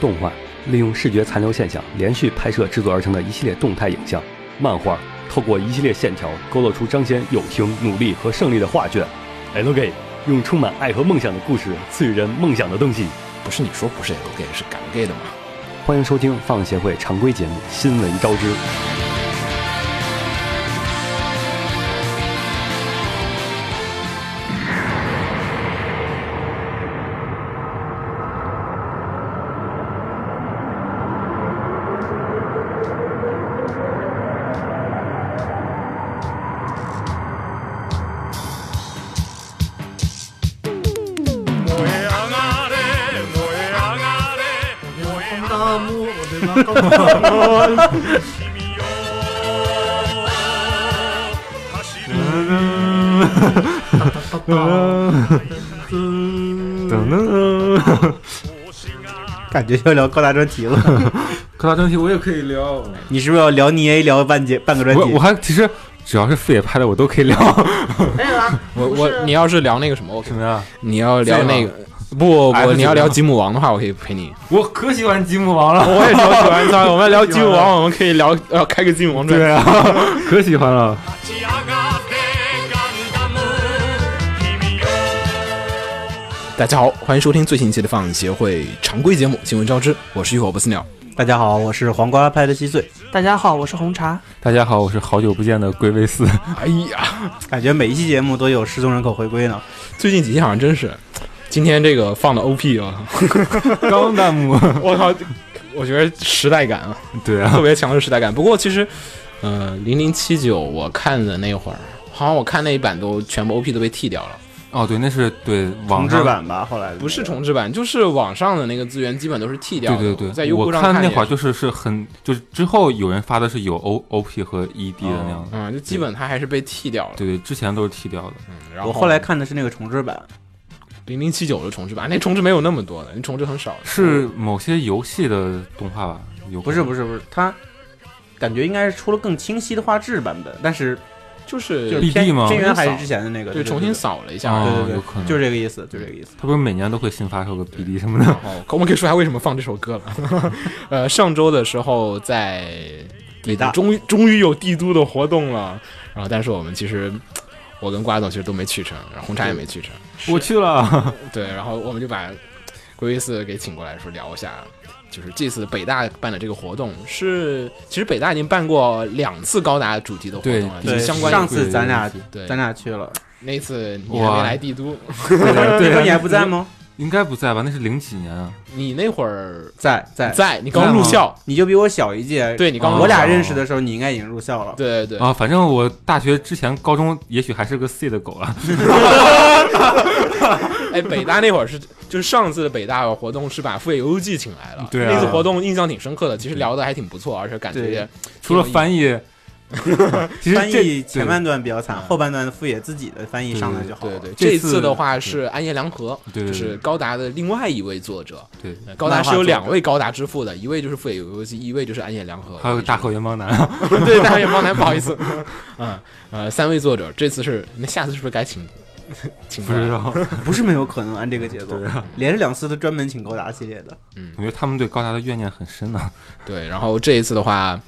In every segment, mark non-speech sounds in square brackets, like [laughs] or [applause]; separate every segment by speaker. Speaker 1: 动画，利用视觉残留现象连续拍摄制作而成的一系列动态影像；漫画透过一系列线条勾勒出彰显友情、努力和胜利的画卷。LG 用充满爱和梦想的故事赐予人梦想的东西。
Speaker 2: 不是你说不是 L gay 是敢 gay 的吗？
Speaker 1: 欢迎收听放协会常规节目《新闻招之》。
Speaker 3: 等等，
Speaker 4: 感觉要聊高达专题了。
Speaker 3: 各大专题我也可以聊，
Speaker 4: 你是不是要聊你 A 聊半节半个专
Speaker 3: 我我
Speaker 4: 题？
Speaker 3: 还其实只要是四野拍的我都可以聊。 [laughs]
Speaker 5: 我我你要是聊那个什么，我可
Speaker 3: 么呀？
Speaker 5: 你要聊那个不不不，你要聊吉姆王的话，我可以陪 [laughs] 你。
Speaker 3: 我可喜欢吉姆 [laughs] 王了，
Speaker 5: 我也超哎喜欢他，我们聊吉姆王，我们可以聊 [laughs] 呃开个吉姆王专
Speaker 3: 对啊，可喜欢了。
Speaker 5: 大家好，欢迎收听最新一期的放映协会常规节目《新闻招之》，我是浴火不死鸟。
Speaker 4: 大家好，我是黄瓜派的稀碎。
Speaker 6: 大家好，我是红茶。
Speaker 3: 大家好，我是好久不见的龟卫四。
Speaker 5: 哎呀，
Speaker 4: 感觉每一期节目都有失踪人口回归呢。
Speaker 5: 最近几期好像真是，今天这个放的 OP 啊，
Speaker 3: 钢弹姆，
Speaker 5: [laughs] 我靠，我觉得时代感 [laughs] 啊，
Speaker 3: [laughs] 对啊，
Speaker 5: 特别强的时代感。不过其实，呃，零零七九我看的那会儿，好像我看那一版都全部 OP 都被剃掉了。
Speaker 3: 哦对，那是对网
Speaker 4: 重
Speaker 3: 上
Speaker 4: 置，版吧，后来
Speaker 5: 不是重置版，就是网上的那个资源基本都是剃掉
Speaker 3: 对
Speaker 5: 的。
Speaker 3: 对对，
Speaker 5: 在优酷
Speaker 3: 我
Speaker 5: 上
Speaker 3: 看那
Speaker 5: 也
Speaker 3: 会儿就是是很就是之后有人发的是有 O O P 和 E D 的那样的，
Speaker 5: 嗯，就基本它还是被剃掉了。
Speaker 3: 对对，之前都是剃掉的。
Speaker 5: 嗯，然后
Speaker 4: 我后来看的是那个重置版，
Speaker 5: 零零七九的重置版，那重置没有那么多的，那重置很少的。
Speaker 3: 是某些游戏的动画吧？有
Speaker 4: 不是
Speaker 3: 是，
Speaker 4: 不是不是，它感觉应该是出了更清晰的画质版本，但是
Speaker 5: 就是
Speaker 4: 就是
Speaker 3: 是 BD
Speaker 4: 偏
Speaker 3: 吗
Speaker 4: 偏源还是之前的那个，
Speaker 5: 对重新，啊扫了一下。
Speaker 3: 哦
Speaker 4: 对对对，
Speaker 3: 有可能
Speaker 4: 就是这个意思，就这个意思。
Speaker 3: 他不是每年都会新发售个 BD 什么的？
Speaker 5: 哦，我们可以说一下为什么放这首歌了。 [laughs] 呃，上周的时候在
Speaker 4: 伟大
Speaker 5: 终于终于有帝都的活动了，然后但是我们其实我跟瓜总其实都没去成，然后红茶也没去成。
Speaker 3: [laughs] 我去了，
Speaker 5: 对，然后我们就把龟龟寺给请过来，说聊一下，就是这次北大办的这个活动是，其实北大已经办过两次高达主题的活动了，
Speaker 3: 对
Speaker 5: 就是
Speaker 4: 对，
Speaker 5: 相关
Speaker 4: 上次咱俩
Speaker 5: 对
Speaker 4: 咱俩去了，
Speaker 5: 那次你还没来帝都，
Speaker 4: 对
Speaker 3: 对
Speaker 4: 你还不在吗？
Speaker 3: 应该不在吧？那是零几年啊，
Speaker 5: 你那会儿
Speaker 4: 在在，
Speaker 5: 在，你刚入校，
Speaker 4: 你就比我小一届，啊
Speaker 5: 对你刚入校，
Speaker 4: 我俩认识的时候，你应该已经入校了。
Speaker 5: 对对对，
Speaker 3: 啊，反正我大学之前、高中也许还是个 C 的狗啊了。
Speaker 5: 哎，北大那会儿是就是上次的北大活动是把富野由悠季请来了，
Speaker 3: 对啊
Speaker 5: 那次活动印象挺深刻的，其实聊的还挺不错，而且感觉
Speaker 4: 对
Speaker 5: 也
Speaker 3: 除了
Speaker 5: [laughs]
Speaker 3: 翻译，其实
Speaker 4: 翻
Speaker 3: 这
Speaker 4: 译前半段比较惨，
Speaker 5: 嗯
Speaker 4: 后半段富野自己的翻译上来就好
Speaker 5: 对
Speaker 4: 了。
Speaker 5: 对，
Speaker 3: 这
Speaker 5: 这
Speaker 3: 次
Speaker 5: 次的话是安彦良和，
Speaker 3: 对对
Speaker 5: 就是
Speaker 3: 对
Speaker 5: 高达的另外一位作者。
Speaker 3: 对，
Speaker 5: 呃高达是有两
Speaker 4: 漫画作者
Speaker 5: 位高达之父的，一位就是富野由悠季，一位就是安野良和，
Speaker 3: 还有
Speaker 5: [laughs]
Speaker 3: 个大口元邦男，啊
Speaker 5: 对大河远方男，不好意思，嗯呃，三位作者，这次是那下次是不是该请请
Speaker 3: 不
Speaker 5: 过来
Speaker 3: 知道。
Speaker 4: 不是没有可能按啊这个节奏，连着两次都专门请高达系列的。
Speaker 3: 我觉得他们对高达的怨念很深啊呢。
Speaker 5: 对，然后这一次的话，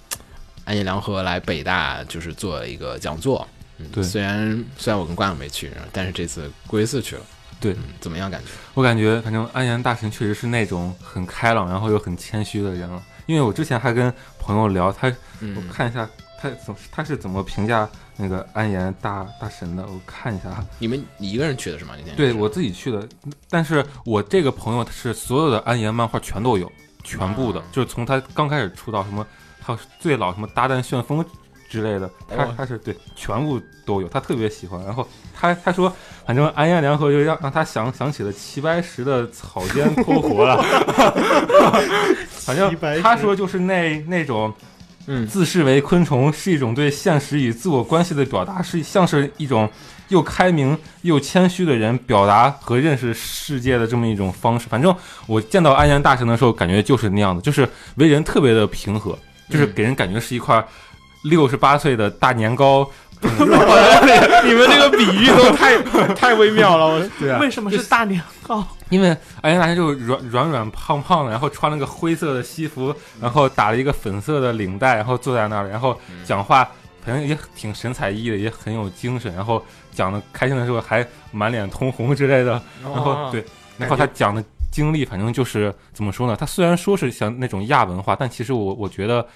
Speaker 5: 安野良和来北大就是做了一个讲座。嗯
Speaker 3: 对
Speaker 5: 虽然虽然我跟关总没去，但是这次龟四去了。
Speaker 3: 对
Speaker 5: 嗯，怎么样感觉？
Speaker 3: 我感觉，反正安岩大神确实是那种很开朗，然后又很谦虚的人了。因为我之前还跟朋友聊，他我
Speaker 5: 嗯，
Speaker 3: 看一下他怎他是怎么评价那个安岩大大神的，我看一下啊。
Speaker 5: 你们你一个人去的是吗？那天
Speaker 3: 对我自己去的，但是我这个朋友他是所有的安岩漫画全都有，全部
Speaker 5: 啊
Speaker 3: 的，就是从他刚开始出道什么，还有最老什么搭旦旋风之类的，他
Speaker 5: 哦
Speaker 3: 他是对全部都有，他特别喜欢。然后他他说，反正安岩良和就让让他想想起了齐白石的草间抠活了， [laughs] 反正他说就是那那种。
Speaker 5: 嗯
Speaker 3: 自视为昆虫是一种对现实与自我关系的表达，是像是一种又开明又谦虚的人表达和认识世界的这么一种方式。反正我见到安阳大神的时候，感觉就是那样的，就是为人特别的平和，就是给人感觉是一块六十八岁的大年糕。
Speaker 5: 你们这个比喻都太太微妙了。我
Speaker 3: 对啊，
Speaker 6: 为什么是大娘？好，
Speaker 3: 因为安妮大学就是软软软胖胖的，然后穿了个灰色的西服，然后打了一个粉色的领带，然后坐在那儿，然后讲话反正也挺神采奕奕的，也很有精神，然后讲的开心的时候还满脸通红之类的，然后对，然后他讲的经历，反正就是怎么说呢？他虽然说是像那种亚文化，但其实我我觉得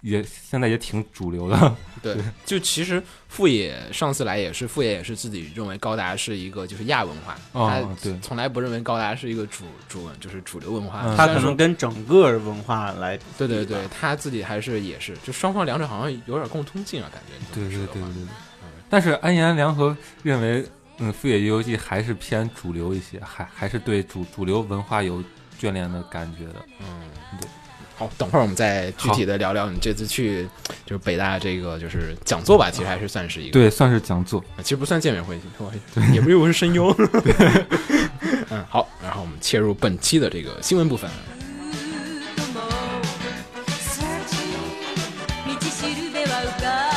Speaker 3: 也现在也挺主流的， [laughs]
Speaker 5: 对，就其实傅野上次来也是，傅野也是自己认为高达是一个就是亚文化，
Speaker 3: 哦
Speaker 5: 他
Speaker 3: 对
Speaker 5: 从来不认为高达是一个主主文，就是主流文化。
Speaker 3: 嗯
Speaker 4: 他
Speaker 5: 虽然
Speaker 4: 可
Speaker 5: 说
Speaker 4: 能跟整个文化来
Speaker 5: 对对对，他自己还是也是，就双方两者好像有点共通性啊，感觉。
Speaker 3: 对对对
Speaker 5: 对
Speaker 3: 对。但是安彦良和认为，嗯，富野游记还是偏主流一些，还还是对主主流文化有眷恋的感觉的。
Speaker 5: 嗯好，等会儿我们再具体的聊聊你这次去就是北大这个就是讲座吧，其实还是算是一个，
Speaker 3: 对，算是讲座。
Speaker 5: 其实不算见面会，也不又是
Speaker 3: [laughs]
Speaker 5: 声优。 [laughs] 嗯，好，然后我们切入本期的这个新闻部分。
Speaker 7: 道しるべは浮か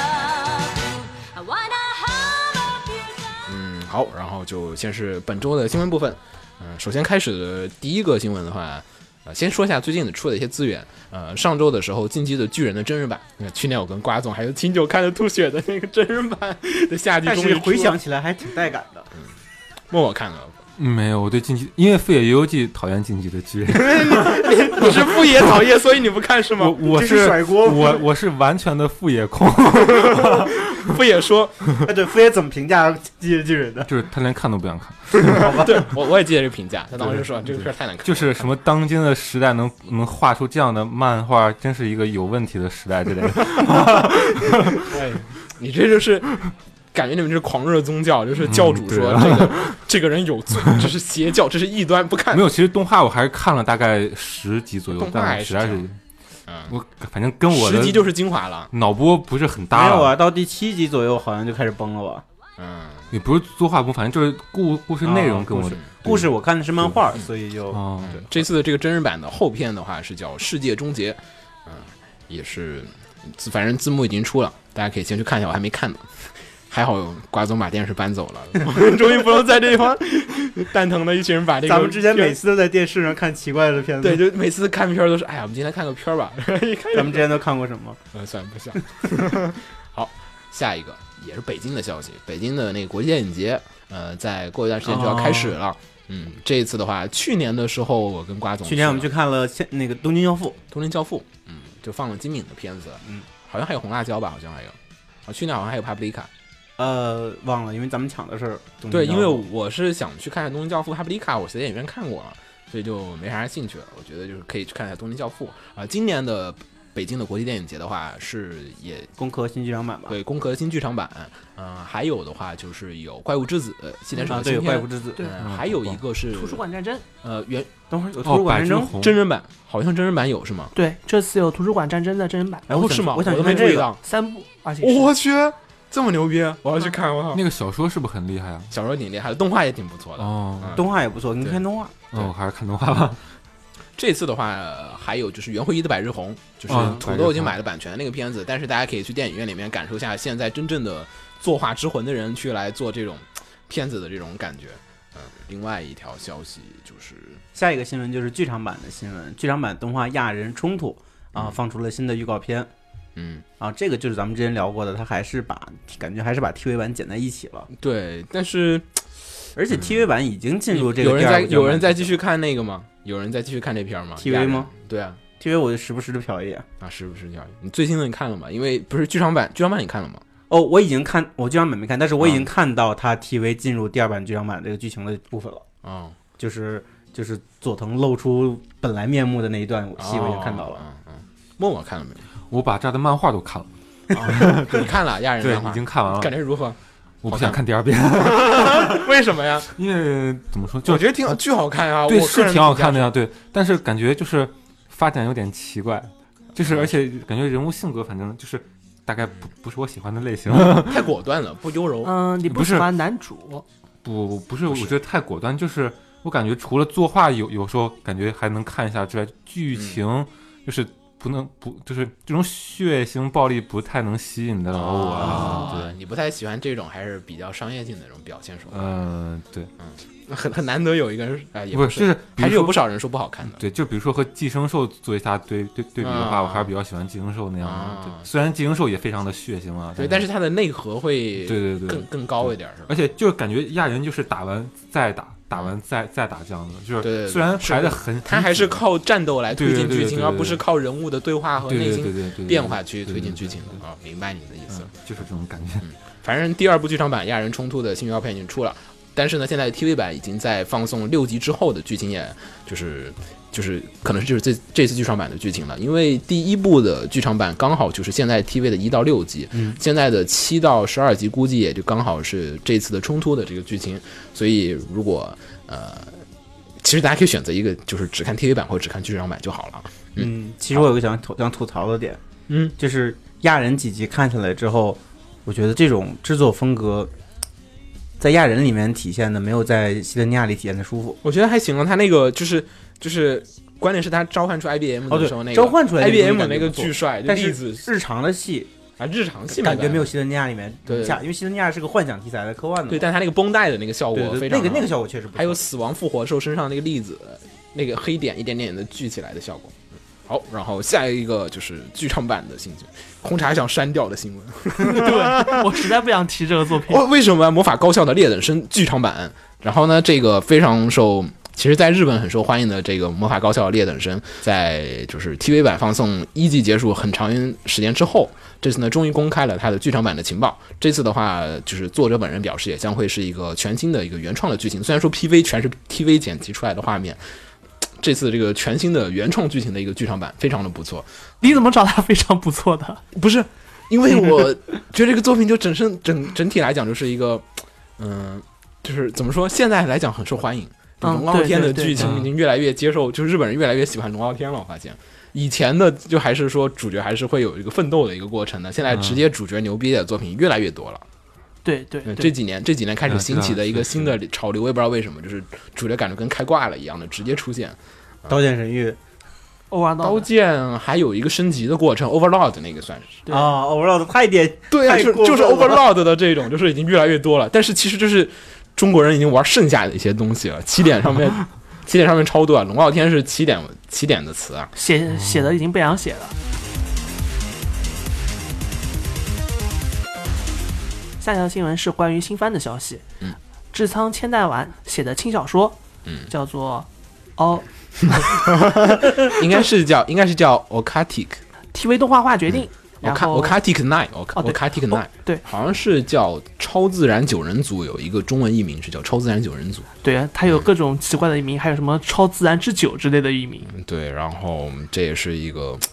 Speaker 7: ぶ I wanna have a future
Speaker 5: 嗯，好，然后就先是本周的新闻部分。嗯、首先开始的第一个新闻的话，呃，先说一下最近出的一些资源。呃，上周的时候，《进击的巨人》的真人版，呃去年我跟瓜总还有清酒看的吐血的那个真人版的夏季
Speaker 4: 但
Speaker 5: 终于出
Speaker 4: 是
Speaker 5: 了
Speaker 4: 回想起来还挺带感的。
Speaker 5: 默默看了， [laughs]
Speaker 3: 嗯没有，我对进击，因为富野游记讨厌进击的巨人，
Speaker 5: 你是不也讨厌，所以你不看是
Speaker 3: [laughs] 我
Speaker 5: [laughs] 吗？
Speaker 3: 我
Speaker 4: 这
Speaker 3: 是
Speaker 4: 是甩锅
Speaker 3: 我我是完全的富野 [laughs] 控，
Speaker 5: 不也说，
Speaker 4: [laughs] 哎，对，傅爷怎么评价《机器人巨人》的？
Speaker 3: 就是他连看都不想看，
Speaker 5: 对我我也记得这个评价，他当时说这个片儿太难看了，
Speaker 3: 就是什么当今的时代能能画出这样的漫画，真是一个有问题的时代之类
Speaker 5: [laughs]
Speaker 3: 的。
Speaker 5: 你这就是感觉你们这是狂热宗教，就是教主说
Speaker 3: 嗯
Speaker 5: 这个、这个人有罪，这是邪教，这是异端，不看
Speaker 3: 没。有，其实动画我还是看了大概十集左右
Speaker 5: 动，画还
Speaker 3: 但
Speaker 5: 是
Speaker 3: 实在
Speaker 5: 这
Speaker 3: 是
Speaker 5: 样嗯，
Speaker 3: 我反正跟我
Speaker 5: 十
Speaker 3: 的
Speaker 5: 集就是精华了。
Speaker 3: 脑波不是很搭
Speaker 4: 没
Speaker 3: 了。
Speaker 4: 有啊，到第七集左右好像就开始崩了吧。
Speaker 5: 嗯，
Speaker 3: 也不是作画部，反正就是故故事内容
Speaker 4: 啊
Speaker 3: 跟我
Speaker 4: 故
Speaker 3: 的
Speaker 4: 事故事我看的是漫画，所以就
Speaker 3: 哦，
Speaker 5: 对，这次的这个真人版的后片的话是叫《世界终结》，嗯，也是，字反正字幕已经出了，大家可以先去看一下，我还没看呢。还好瓜总把电视搬走了，我们终于不用在这地方蛋疼的一群人把这个
Speaker 4: 咱们之前
Speaker 5: 片儿
Speaker 4: 每次都在电视上看奇怪的片子，
Speaker 5: 对，就每次看片儿都是，哎呀，我们今天看个片儿吧， [laughs] 一看
Speaker 4: 咱们之前都看过什么？
Speaker 5: 呃，算了不像。 [laughs] 好，下一个也是北京的消息，北京的那个国际电影节，呃，在过一段时间就要开始了。嗯，这一次的话，去年的时候我跟瓜总，
Speaker 4: 哦去年我们去看了现那个《东京教父》，
Speaker 5: 《东京教父》，嗯，就放了金敏的片子，
Speaker 4: 嗯，
Speaker 5: 好像还有红辣椒吧，好像还有。啊，去年好像还有《帕布利卡》，
Speaker 4: 呃，忘了，因为咱们抢的是东京教
Speaker 5: 对，
Speaker 4: 父
Speaker 5: 因为我是想去看看《东京教父》《帕布利卡》，我是在电影院看过了，所以就没啥兴趣了。我觉得就是可以去看一下《东京教父》啊、今年的北京的国际电影节的话，是也
Speaker 4: 攻壳新剧场版吧，
Speaker 5: 对《攻壳》新剧场版，嗯、还有的话就是有《怪物之子》呃纪联手
Speaker 4: 啊，
Speaker 5: 的
Speaker 4: 对，
Speaker 5: 新
Speaker 4: 《怪
Speaker 5: 片
Speaker 4: 物，之子》
Speaker 6: 对
Speaker 5: 嗯还有一个是
Speaker 6: 图书馆战争，
Speaker 5: 呃原
Speaker 4: 等会儿有图
Speaker 3: 哦
Speaker 4: 书，馆
Speaker 3: 百
Speaker 4: 战
Speaker 3: 之
Speaker 4: 争，
Speaker 3: 红
Speaker 5: 真人版，好像真人版有是吗？
Speaker 6: 对，这次有图书馆战争的真人版，
Speaker 4: 哎，我想
Speaker 5: 是吗？
Speaker 4: 我想
Speaker 5: 都
Speaker 4: 去
Speaker 5: 没
Speaker 4: 看
Speaker 5: 注意
Speaker 4: 这个，哦
Speaker 5: 到。
Speaker 6: 三部，而且是
Speaker 5: 我去，这么牛逼！我要去看，我靠！
Speaker 3: 那个小说是不是很厉害啊？
Speaker 5: 小时候挺厉害的，动画也挺不错的。
Speaker 3: 哦，
Speaker 4: 动画也不错，你
Speaker 5: 啊对
Speaker 4: 看动画，
Speaker 3: 那我还是看动画吧。
Speaker 5: 这次的话、呃还有就是袁慧一的《百日红》，就是
Speaker 4: 啊
Speaker 3: 嗯
Speaker 5: 土豆已经买了版权那个片子，但是大家可以去电影院里面感受一下现在真正的作画之魂的人去来做这种片子的这种感觉。嗯，另外一条消息就是，
Speaker 4: 下一个新闻就是剧场版的新闻，剧场版动画《亚人冲突》啊，放出了新的预告片
Speaker 5: 嗯，
Speaker 4: 啊，这个就是咱们之前聊过的，它还是把感觉还是把 TV 版剪在一起了，
Speaker 5: 对，但是嗯
Speaker 4: 而且 TV 版已经进入这个
Speaker 5: 有人
Speaker 4: 第二
Speaker 5: 在
Speaker 4: 个
Speaker 5: 有人在继
Speaker 4: 续
Speaker 5: 续看那个吗？有人在继续看这片儿吗
Speaker 4: TV
Speaker 5: 亚人
Speaker 4: 吗？
Speaker 5: 对啊，
Speaker 4: TV，我就时不时的瞟一眼。
Speaker 5: 啊是不是叫你最新的你看了吗？因为不是剧场版，剧场版你看了吗？
Speaker 4: 哦，我已经看，我剧场版没看，但是我已经
Speaker 5: 嗯
Speaker 4: 看到它 TV 进入第二版剧场版这个剧情的部分了，
Speaker 5: 哦，
Speaker 4: 就是就是佐藤露出本来面目的那一段戏，我已经看到了。
Speaker 5: 嗯嗯，默默看了没有？
Speaker 3: 我把这的漫画都看了，
Speaker 5: 你看了亚人
Speaker 3: [laughs] 对
Speaker 5: 漫，画
Speaker 3: 已经看完
Speaker 5: 感
Speaker 3: 了。
Speaker 5: 觉如何？
Speaker 3: 我不想看第二遍，
Speaker 5: 为什么呀？
Speaker 3: [laughs] 因为怎么说，就
Speaker 5: 我觉得挺好巨好看啊，
Speaker 3: 对
Speaker 5: 我个
Speaker 3: 是
Speaker 5: 人
Speaker 3: 挺好看
Speaker 5: 评
Speaker 3: 的呀，对，但是感觉就是发展有点奇怪，就是而且感觉人物性格反正就是大概不不是我喜欢的类型，
Speaker 5: 价是太果断了，不优柔。
Speaker 6: 嗯，你
Speaker 3: 不
Speaker 6: 不
Speaker 3: 是
Speaker 6: 喜欢男主，
Speaker 3: 不不是，我觉得太果断，就是我感觉除了作画有有时候感觉还能看一下之外，剧
Speaker 5: 嗯
Speaker 3: 情就是不能不就是这种血腥暴力不太能吸引得了我。
Speaker 5: 啊
Speaker 3: 对， [laughs]
Speaker 5: 你不太喜欢这种还是比较商业性的那种表现手法。
Speaker 3: 嗯、对，
Speaker 5: 很很难得有一个人啊，也
Speaker 3: 哎不
Speaker 5: 是，
Speaker 3: 就是比如
Speaker 5: 还是有
Speaker 3: 说嗯
Speaker 5: 不少人说不好看的。
Speaker 3: 对，就比如说和寄生兽做一下对对对比的话，
Speaker 5: 啊
Speaker 3: 我还是比较喜欢寄生兽那样的。
Speaker 5: 啊
Speaker 3: 对虽然寄生兽也非常的血腥啊，
Speaker 5: 对，但是它的内核会
Speaker 3: 对对对
Speaker 5: 更更高一点，是吧？
Speaker 3: 而且就是感觉亚人就是打完再打，打完再再打这样的，就
Speaker 5: 对对
Speaker 3: 是
Speaker 5: 对
Speaker 3: 虽然
Speaker 5: 是
Speaker 3: 排的很，
Speaker 5: 它还是
Speaker 3: 很紧
Speaker 5: 靠战斗来推
Speaker 3: 对对
Speaker 5: 进
Speaker 3: 对
Speaker 5: 剧
Speaker 3: 对
Speaker 5: 情，
Speaker 3: 对
Speaker 5: 而
Speaker 3: 对
Speaker 5: 不是靠人物的对话和
Speaker 3: 对
Speaker 5: 内
Speaker 3: 对对
Speaker 5: 心
Speaker 3: 对对对
Speaker 5: 变化去推进
Speaker 3: 对对
Speaker 5: 剧情
Speaker 3: 对对
Speaker 5: 的啊。明白你的意思。
Speaker 3: 嗯就是这种感
Speaker 5: [laughs]
Speaker 3: 觉。
Speaker 5: 反正第二部剧场版《亚人冲突》的新预告片已经出了，但是呢，现在 TV 版已经在放送六集之后的剧情也，就是就是可能就是这这次剧场版的剧情了，因为第一部的剧场版刚好就是现在 TV 的一到六集，
Speaker 4: 嗯
Speaker 5: 现在的七到十二集估计也就刚好是这次的冲突的这个剧情，所以如果呃。其实大家可以选择一个，就是只看 TV 版或者只看剧场版就好了。
Speaker 4: 嗯，其实我有个想吐想吐槽的点，
Speaker 5: 嗯，
Speaker 4: 就是亚人几集看下来之后，我觉得这种制作风格在亚人里面体现的没有在西德尼亚里体现的舒服。
Speaker 5: 我觉得还行了，啊他那个就是就是，关键是他召唤出 IBM
Speaker 4: 哦，
Speaker 5: 的
Speaker 4: 对
Speaker 5: 时候，那个
Speaker 4: 召唤出来
Speaker 5: IBM
Speaker 4: 的
Speaker 5: 的那个巨，帅，就
Speaker 4: 但
Speaker 5: 粒
Speaker 4: 是
Speaker 5: 哎子
Speaker 4: 日常的戏
Speaker 5: 啊，日常戏
Speaker 4: 感觉没有
Speaker 5: 戏
Speaker 4: 西德尼亚里面
Speaker 5: 对
Speaker 4: 恰，因为西德尼亚是个幻想题材的科幻的
Speaker 5: 对，
Speaker 4: 嘛，
Speaker 5: 但他那个绷带的那个效果非
Speaker 4: 对
Speaker 5: 常
Speaker 4: 对，那
Speaker 5: 好
Speaker 4: 个那个效果确实不错
Speaker 5: 还有死亡复活兽身上那个粒子，那个黑点一点点的聚起来的效果。嗯好，然后下一个就是剧场版的新闻，红茶想删掉的新闻。
Speaker 6: [laughs] 对，我实在不想提这个作品。
Speaker 5: 哦，为什么魔法高校的劣等生剧场版？然后呢，这个非常受，其实在日本很受欢迎的这个魔法高校的劣等生，在就是 TV 版放送一季结束很长时间之后，这次呢终于公开了他的剧场版的情报。这次的话，就是作者本人表示也将会是一个全新的一个原创的剧情，虽然说 PV 全是 TV 剪辑出来的画面。这次这个全新的原创剧情的一个剧场版非常的不错，
Speaker 6: 你怎么找他非常不错的？
Speaker 5: 不是，因为我觉得这个作品就整身整整体来讲就是一个，嗯、就是怎么说，现在来讲很受欢迎。就
Speaker 6: 嗯
Speaker 5: 龙傲天的
Speaker 6: 对对对
Speaker 5: 剧情已经越来越接受，就是日本人越来越喜欢龙傲天了。我发现，以前的就还是说主角还是会有一个奋斗的一个过程的，现在直接主角牛逼的作品越来越多了。
Speaker 6: 对对
Speaker 5: 嗯
Speaker 6: 对，
Speaker 5: 这几年这几年开始
Speaker 3: 嗯
Speaker 5: 兴起
Speaker 3: 是的
Speaker 5: 的一个
Speaker 3: 是
Speaker 5: 新的潮流，我也不知道为什么，就是主角感觉跟开挂了一样的直接出现。
Speaker 4: 刀剑神域
Speaker 6: 欧玩
Speaker 5: 刀
Speaker 6: 刀
Speaker 5: 剑还有一个升级的过程，Overlord 那个算是。
Speaker 6: 对
Speaker 4: 啊，Overlord 太点
Speaker 5: 对啊，
Speaker 4: 太
Speaker 5: 就是
Speaker 4: 过
Speaker 5: 就是
Speaker 4: 分了
Speaker 5: overload 的这种，就是已经越来越多了。但是其实就是中国人已经玩剩下的一些东西了。起点上
Speaker 6: [laughs]
Speaker 5: 面，起点上面超多啊！龙傲天是起点起点的词啊。
Speaker 6: 写写的已经不想写了。下条新闻是关于新番的消息。
Speaker 5: 嗯，
Speaker 6: 志仓千代丸写的轻小说，
Speaker 5: 嗯
Speaker 6: 叫做《哦
Speaker 5: 应该是叫应该是叫 Okatic，
Speaker 6: TV 动画化决定》，
Speaker 5: 我
Speaker 6: 然
Speaker 5: 看嗯
Speaker 6: 后
Speaker 5: 我 Okatic Nine，我
Speaker 6: 哦对
Speaker 5: Okatic Nine，
Speaker 6: 对
Speaker 5: 好像是叫超自然九人组，有一个中文译名是叫超自然九人组。
Speaker 6: 对，啊它有各种奇怪的译名，还有什么“超自然之酒”之类的译名。
Speaker 5: 嗯对，然后这也是一个。嗯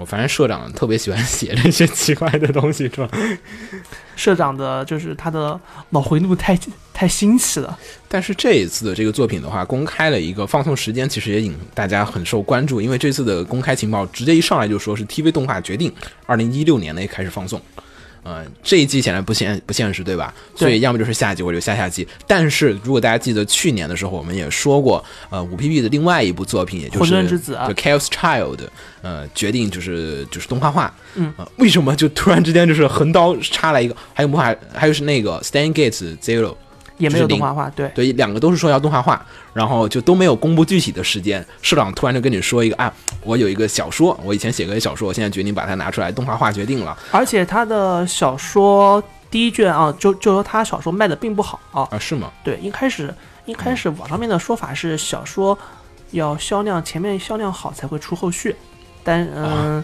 Speaker 5: 我反正社长特别喜欢写这些奇怪的东西，是吧？
Speaker 6: 社长的就是他的脑回路太太新奇了，
Speaker 5: 但是这一次的这个作品的话，公开了一个放送时间，其实也引大家很受关注，因为这次的公开情报直接一上来就说是 TV 动画决定，二零一六年内开始放送。呃，这一季显然不现不现实，对吧？
Speaker 6: 对
Speaker 5: 所以要么就是下季或者下下季。但是如果大家记得去年的时候，我们也说过，呃，五 PB 的另外一部作品，也就是
Speaker 6: 混沌之子啊
Speaker 5: 对 Chaos Child，呃，决定就是就是动画化。
Speaker 6: 嗯
Speaker 5: 呃为什么就突然之间就是横刀插来一个？还有魔法，还有是那个 Stan Gates Zero，
Speaker 6: 也没有
Speaker 5: 就是
Speaker 6: 动
Speaker 5: 零
Speaker 6: 画化。对，
Speaker 5: 对，两个都是说要动画化，然后就都没有公布具体的时间。社长突然就跟你说一个啊，我有一个小说，我以前写过一个小说，我现在决定把它拿出来动画化决定了
Speaker 6: 而且他的小说第一卷啊，就就说他小说卖的并不好啊。
Speaker 5: 啊，是吗？
Speaker 6: 对，一开始一开始网上面的说法是小说要销量前面销量好才会出后续，但嗯。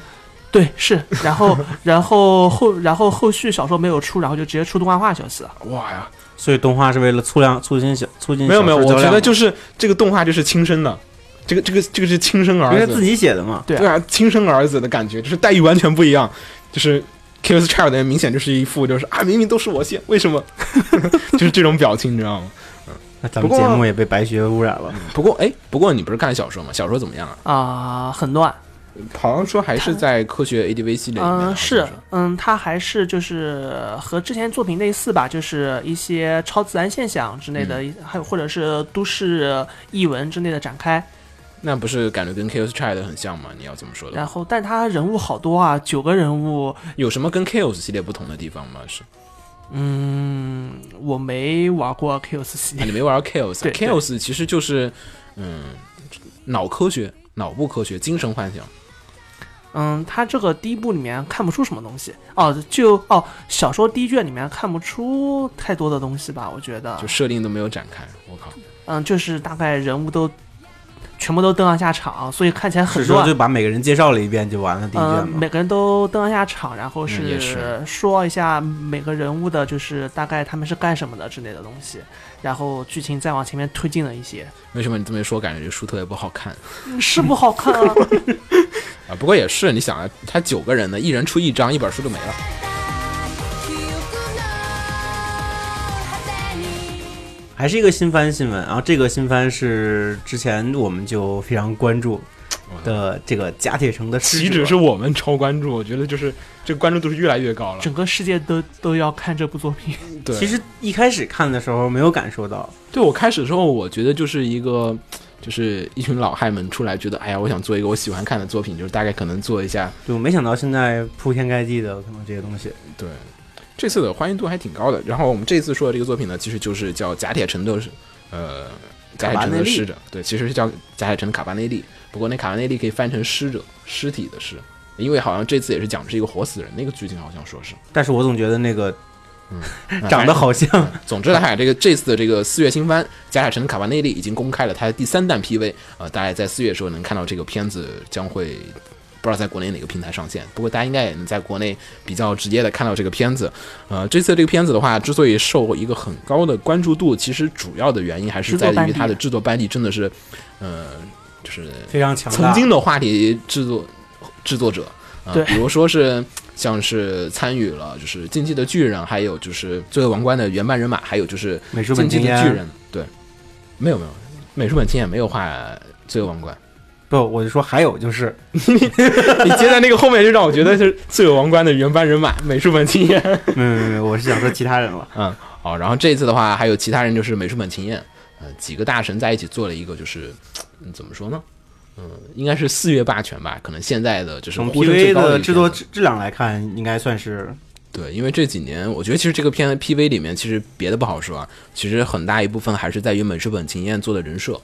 Speaker 6: 对，是，然后，然后后，然后后续小说没有出，然后就直接出动画化消息了。
Speaker 5: 哇呀，
Speaker 4: 所以动画是为了促量促进小促进
Speaker 5: 没有没有，
Speaker 4: 小说
Speaker 5: 我
Speaker 4: 销
Speaker 5: 觉
Speaker 4: 量
Speaker 5: 得
Speaker 4: 嘛
Speaker 5: 就是这个动画就是亲生的，这个这个这个是亲生
Speaker 4: 因
Speaker 5: 儿
Speaker 4: 为自
Speaker 5: 子，
Speaker 4: 己写的嘛，
Speaker 6: 对啊
Speaker 5: 对啊，亲生儿子的感觉，就是待遇完全不一样，就是。Kills Child 的明显就是一副就是啊，明明都是我写，为什么？ [laughs] 就是这种表情，你知道吗？
Speaker 4: 那咱
Speaker 5: 不
Speaker 4: 们
Speaker 5: 过
Speaker 4: 节目也被白学污染了。
Speaker 5: 不过哎，不过你不是看小说吗？小说怎么样啊？
Speaker 6: 啊、很乱。
Speaker 5: 好像说还是在科学 ADV 系列里面的。好
Speaker 6: 嗯，
Speaker 5: 像
Speaker 6: 是，嗯，它还是就是和之前作品类似吧，就是一些超自然现象之类的，还有或者是都市译文之类的展开。
Speaker 5: 那不是感觉跟 Chaos Child 很像吗？你要这么说的
Speaker 6: 然
Speaker 5: 话，
Speaker 6: 后，但它人物好多啊，九个人物，
Speaker 5: 有什么跟 Chaos 系列不同的地方吗？是
Speaker 6: 嗯，我没玩过 Q 四系
Speaker 5: 啊 [laughs] 你
Speaker 6: 列，
Speaker 5: 没玩 Chaos
Speaker 6: 对对
Speaker 5: Chaos 其实就是嗯脑科学、脑部科学、精神幻想。
Speaker 6: [laughs] 嗯，它这个第一部里面看不出什么东西哦，就哦，小说第一卷里面看不出太多的东西吧，我觉得
Speaker 5: 就，设定都没有展开，我靠！
Speaker 6: 嗯，就是大概人物都全部都登上下场，所以看起来
Speaker 4: 只
Speaker 6: 很
Speaker 4: [laughs] 是说
Speaker 6: 乱
Speaker 4: 就。把每个人介绍了一遍就完了，第一
Speaker 5: 呃
Speaker 6: 嗯，
Speaker 4: 卷嘛
Speaker 6: 每。个人都登上下场，然后
Speaker 5: 嗯也是
Speaker 6: 是说一下每个人物的，就是大概他们是干什么的之类的东西，然后剧情再往前面推进了一些，
Speaker 5: 为什么你这么一说，感觉这书特别不好看
Speaker 6: 嗯 [laughs] 是不好看啊。
Speaker 5: 啊？不过也是，你想啊，他九个人呢，一人出一张，一本书就没了。
Speaker 7: 記憶の果てに
Speaker 4: 还是一个新番新闻，然后这个新番是之前我们就非常关注的这个甲铁城的失
Speaker 5: 岂止是我们超关注，我觉得就是这个关注度是越来越高了。
Speaker 6: 整个世界都都要看这部作品。
Speaker 5: 对，
Speaker 4: 其实一开始看的时候没有感受到，
Speaker 5: 对我开始的时候，我觉得就是一个，就是一群老汉们出来，觉得哎呀，我想做一个我喜欢看的作品，就是大概可能做一下。
Speaker 4: 对，我没想到现在铺天盖地的可能这些东西。
Speaker 5: 对，这次的欢迎度还挺高的。然后我们这次说的这个作品呢，其实就是叫《甲铁城的，呃，甲铁城的使者。对，其实是叫《甲铁城的卡巴内利》，不过那卡巴内利可以翻成尸者，尸体的尸，因为好像这次也是讲的是一个活死人那个剧情，好像说是。
Speaker 4: 但是我总觉得那个 [laughs]
Speaker 5: 嗯
Speaker 4: 长得。好像
Speaker 5: 反正总之呢，海这个这次的这个四月新番《甲铁城的卡巴内利》已经公开了它的第三弹 PV，呃，大概在四月的时候能看到这个片子将会。不知道在国内哪个平台上线，不过大家应该也能在国内比较直接的看到这个片子。呃，这次这个片子的话，之所以受一个很高的关注度，其实主要的原因还是
Speaker 6: 制
Speaker 5: 在
Speaker 6: 作班
Speaker 5: 于
Speaker 6: 底啊
Speaker 5: 它的制作班底真的是，呃，就是
Speaker 4: 非常强
Speaker 5: 曾
Speaker 4: 大。
Speaker 5: 经的话题制作制作者，啊，
Speaker 6: 对
Speaker 5: 比如说是像是参与了就是《进击的巨人》，还有就是《罪恶王冠》的原班人马，还有就是
Speaker 4: 美术
Speaker 5: 《
Speaker 4: 本
Speaker 5: 进击
Speaker 4: 经
Speaker 5: 的巨
Speaker 4: 验
Speaker 5: 人》。对，没有没有，美术本青也没有画《罪恶王冠，
Speaker 4: 不，我就说还有就是，》
Speaker 5: [laughs] 你接在那个后面就让我觉得是《罪恶王冠》的原班人马，美术本青也。 [laughs]
Speaker 4: 没有没有没有，我是想说其他人了。
Speaker 5: 嗯，好，然后这一次的话，还有其他人就是美术本晴彦，呃，几个大神在一起做了一个，就是嗯怎么说呢？嗯，应该是四月霸权吧，可能现在的就是
Speaker 4: 从
Speaker 5: 呼声最
Speaker 4: PV
Speaker 5: 高的一个
Speaker 4: 的制作
Speaker 5: 片子
Speaker 4: 质质量来看，应该算是
Speaker 5: 对，因为这几年，我觉得其实这个片 PV 里面，其实别的不好说啊，其实很大一部分还是在于美术本晴彦做的人设。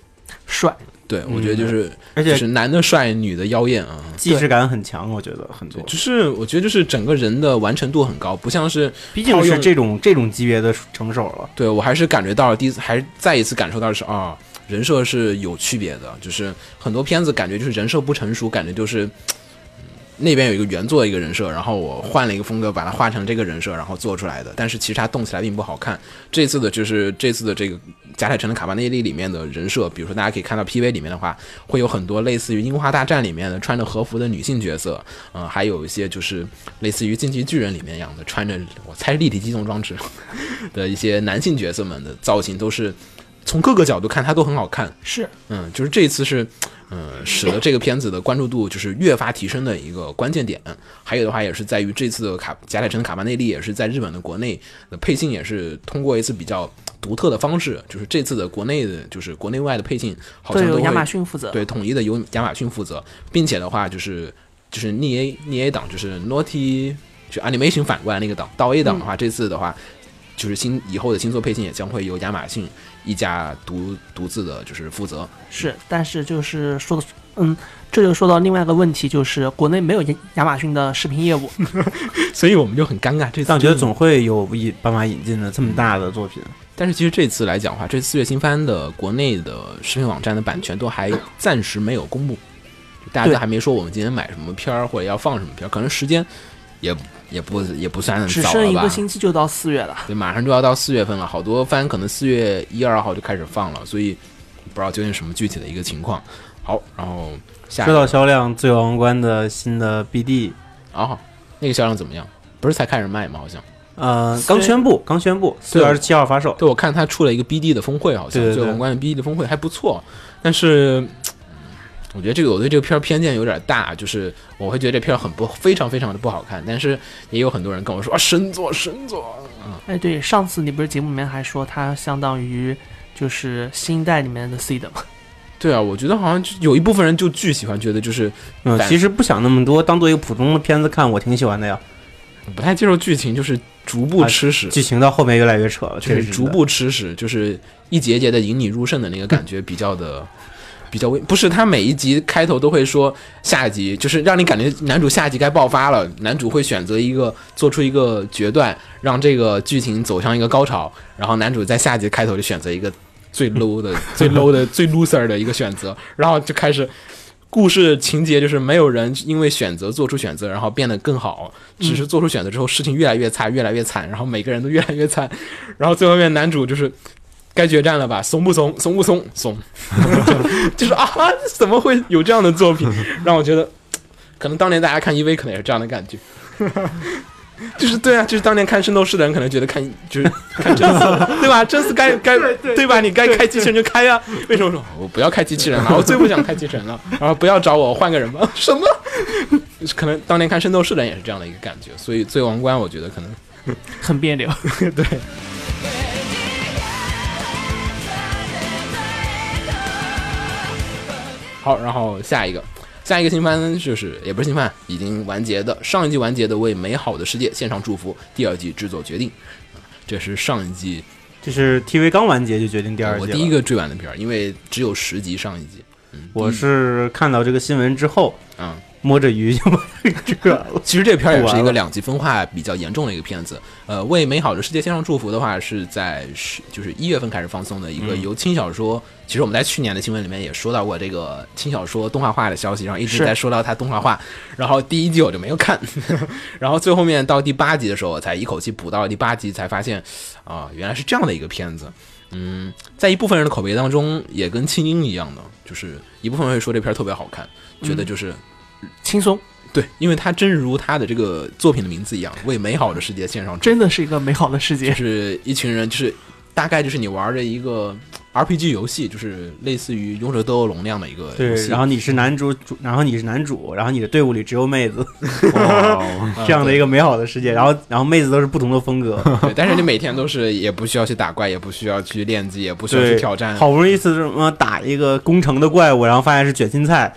Speaker 6: 帅，
Speaker 5: 对，我觉得就是、
Speaker 4: 而
Speaker 5: 就
Speaker 4: 且
Speaker 5: 是男的帅，女的妖艳啊。
Speaker 4: 既视感很强，我觉得很多。
Speaker 5: 就是我觉得就是整个人的完成度很高，不像是
Speaker 4: 毕竟是这种这种级别的成手了，
Speaker 5: 对我还是感觉到了第一次，还是再一次感受到的是啊，人设是有区别的，就是很多片子感觉就是人设不成熟，感觉就是。嗯那边有一个原作的一个人设，然后我换了一个风格，把它画成这个人设，然后做出来的。但是其实它动起来并不好看。这次的就是这次的这个《贾乃城的卡巴内利》里面的人设，比如说大家可以看到 PV 里面的话，会有很多类似于《樱花大战》里面的穿着和服的女性角色，嗯、还有一些就是类似于《进击巨人》里面一样的穿着，我猜是立体机动装置， [laughs] 的一些男性角色们的造型都是从各个角度看，它都很好看。
Speaker 6: 是
Speaker 5: 嗯，就是这一次是，嗯，使得这个片子的关注度就是越发提升的一个关键点。还有的话，也是在于这次的卡贾乃城的卡巴内利也是在日本的国内的配信也是通过一次比较独特的方式，就是这次的国内的，就是国内外的配信好
Speaker 6: 对，
Speaker 5: 像都
Speaker 6: 由
Speaker 5: 会
Speaker 6: 亚马逊负责。
Speaker 5: 对，统一的由亚马逊负责，并且的话就是就是 n A n A 档就是 Naughty 就 Animation 反过来那个档，到 A 档的话，这次的话就是新以后的新作配信也将会由亚马逊一家独独自的就是负责。
Speaker 6: 是，但是就是说的，嗯，这就说到另外一个问题，就是国内没有亚亚马逊的视频业务。
Speaker 5: [laughs] 所以我们就很尴尬，这次
Speaker 4: 但我觉
Speaker 5: 真
Speaker 4: 得
Speaker 5: 的
Speaker 4: 总会有引办法引进的这么大的作品。
Speaker 5: 但是其实这次来讲的话，这四月新番的国内的视频网站的版权都还暂时没有公布，就大家
Speaker 6: 对
Speaker 5: 都还没说我们今天买什么片儿或者要放什么片儿，可能时间也也不也不算
Speaker 6: 只
Speaker 5: 早
Speaker 6: 剩
Speaker 5: 了
Speaker 6: 一
Speaker 5: 吧
Speaker 6: 个。星期就到四月了，
Speaker 5: 对，马上就要到四月份了，好多番可能四月一二号就开始放了，所以不知道究竟什么具体的一个情况。好，然后下一
Speaker 4: 说
Speaker 5: 个
Speaker 4: 到销量，《醉王冠》的新的 BD，
Speaker 5: 啊，那个销量怎么样？不是才开始卖吗？好像，
Speaker 4: 呃，
Speaker 6: 虽
Speaker 4: 刚宣布，刚宣布，四月二十七号发售。
Speaker 5: 对我看他出了一个 BD 的峰会，好像
Speaker 4: 对对对
Speaker 5: 最王冠的 BD 的峰会还不错，但是。嗯我觉得这个我对这个片儿偏见有点大，就是我会觉得这片儿很不非常非常的不好看，但是也有很多人跟我说啊神作神作，
Speaker 6: 哎，对，上次你不是节目里面还说它相当于就是新一代里面的 C 的嘛？
Speaker 5: 对啊，我觉得好像就有一部分人就巨喜欢，觉得就是
Speaker 4: 嗯，
Speaker 5: 但
Speaker 4: 其实不想那么多，当做一个普通的片子看，我挺喜欢的呀。
Speaker 5: 不太接受剧情，就是逐步
Speaker 4: 啊
Speaker 5: 吃屎，
Speaker 4: 剧情到后面越来越扯了，
Speaker 5: 就
Speaker 4: 确
Speaker 5: 是
Speaker 4: 实
Speaker 5: 逐步吃屎，就是一节一节的引你入胜的那个感觉比较的。比较危，不是他每一集开头都会说下一集，就是让你感觉男主下一集该爆发了，男主会选择一个做出一个决断，让这个剧情走向一个高潮，然后男主在下一集开头就选择一个
Speaker 4: [laughs]
Speaker 5: 最 low 的、最 low 的、最 loser 的一个选择，然后就开始故事情节就是没有人因为选择做出选择，然后变得更好，
Speaker 4: 嗯
Speaker 5: 只是做出选择之后事情越来越差，越来越惨，然后每个人都越来越惨， [laughs] 然后最后面男主就是该决战了吧，怂不怂？怂不怂？怂， [laughs] 就是啊，怎么会有这样的作 [laughs] 品？让我觉得，可能当年大家看 EV 可能也是这样的感觉。 [laughs] 就是对啊，就是当年看《圣斗士》的人，可能觉得看就是看真丝，对 [laughs] 吧？真丝该该对吧？你该开机器人就开呀、为什么说我不要开机器人 [laughs] 了？我最不想开机器人了。然后不要找我，我换个人吧。什么？ [laughs] 可能当年看《圣斗士》的人也是这样的一个感觉。所以《醉王冠》，我觉得可能
Speaker 6: [laughs] 很别扭。
Speaker 5: 对，好，然后下一个，下一个新番就是也不是新番，已经完结的上一季完结的《为美好的世界献上祝福》，第二季制作决定，这是上一季
Speaker 4: 这是 TV 刚完结就决定第二季
Speaker 5: 我
Speaker 4: 了。
Speaker 5: 第一个追完的片儿，因为只有十集上一季。嗯，
Speaker 4: 我
Speaker 5: 第一
Speaker 4: 是看到这个新闻之后，
Speaker 5: 嗯，
Speaker 4: 摸着鱼就把这个了。
Speaker 5: 其实这片儿也是一
Speaker 4: 完
Speaker 5: 个
Speaker 4: 了
Speaker 5: 两极分化比较严重的一个片子。呃，为美好的世界献上祝福的话，是在十就是一月份开始放送的一个由轻小说。其实我们在去年的新闻里面也说到过这个轻小说动画化的消息，然后一直
Speaker 6: 是
Speaker 5: 在说到它动画化。然后第一季我就没有看， [laughs] 然后最后面到第八集的时候，我才一口气补到了第八集，才发现啊、原来是这样的一个片子。嗯，在一部分人的口碑当中，也跟《庆英》一样的，就是一部分人会说这片儿特别好看，觉得就是
Speaker 6: 轻松，
Speaker 5: 对，因为它真如它的这个作品的名字一样，为美好的世界献上祝福
Speaker 6: 真的是一个美好的世界
Speaker 5: 就。是一群人，就是大概就是你玩着一个 RPG 游戏，就是类似于《勇者斗恶龙》那样的一个游
Speaker 4: [laughs] 对，
Speaker 5: 戏，
Speaker 4: 然后你是男主主，然后你是男主，然后你的队伍里只有妹 [laughs] 子， [laughs] 嗯
Speaker 1: 哇，
Speaker 5: 嗯
Speaker 4: 哦这样的一个美好的世界。然后，然后妹子都是不同的风格，
Speaker 5: 对对但是你每天都是也不需要去打怪，也不需要去练级，也不需要去
Speaker 4: 对
Speaker 5: 挑战，
Speaker 4: 好不容易是什么打一个攻城的怪物，然后发现是卷心菜，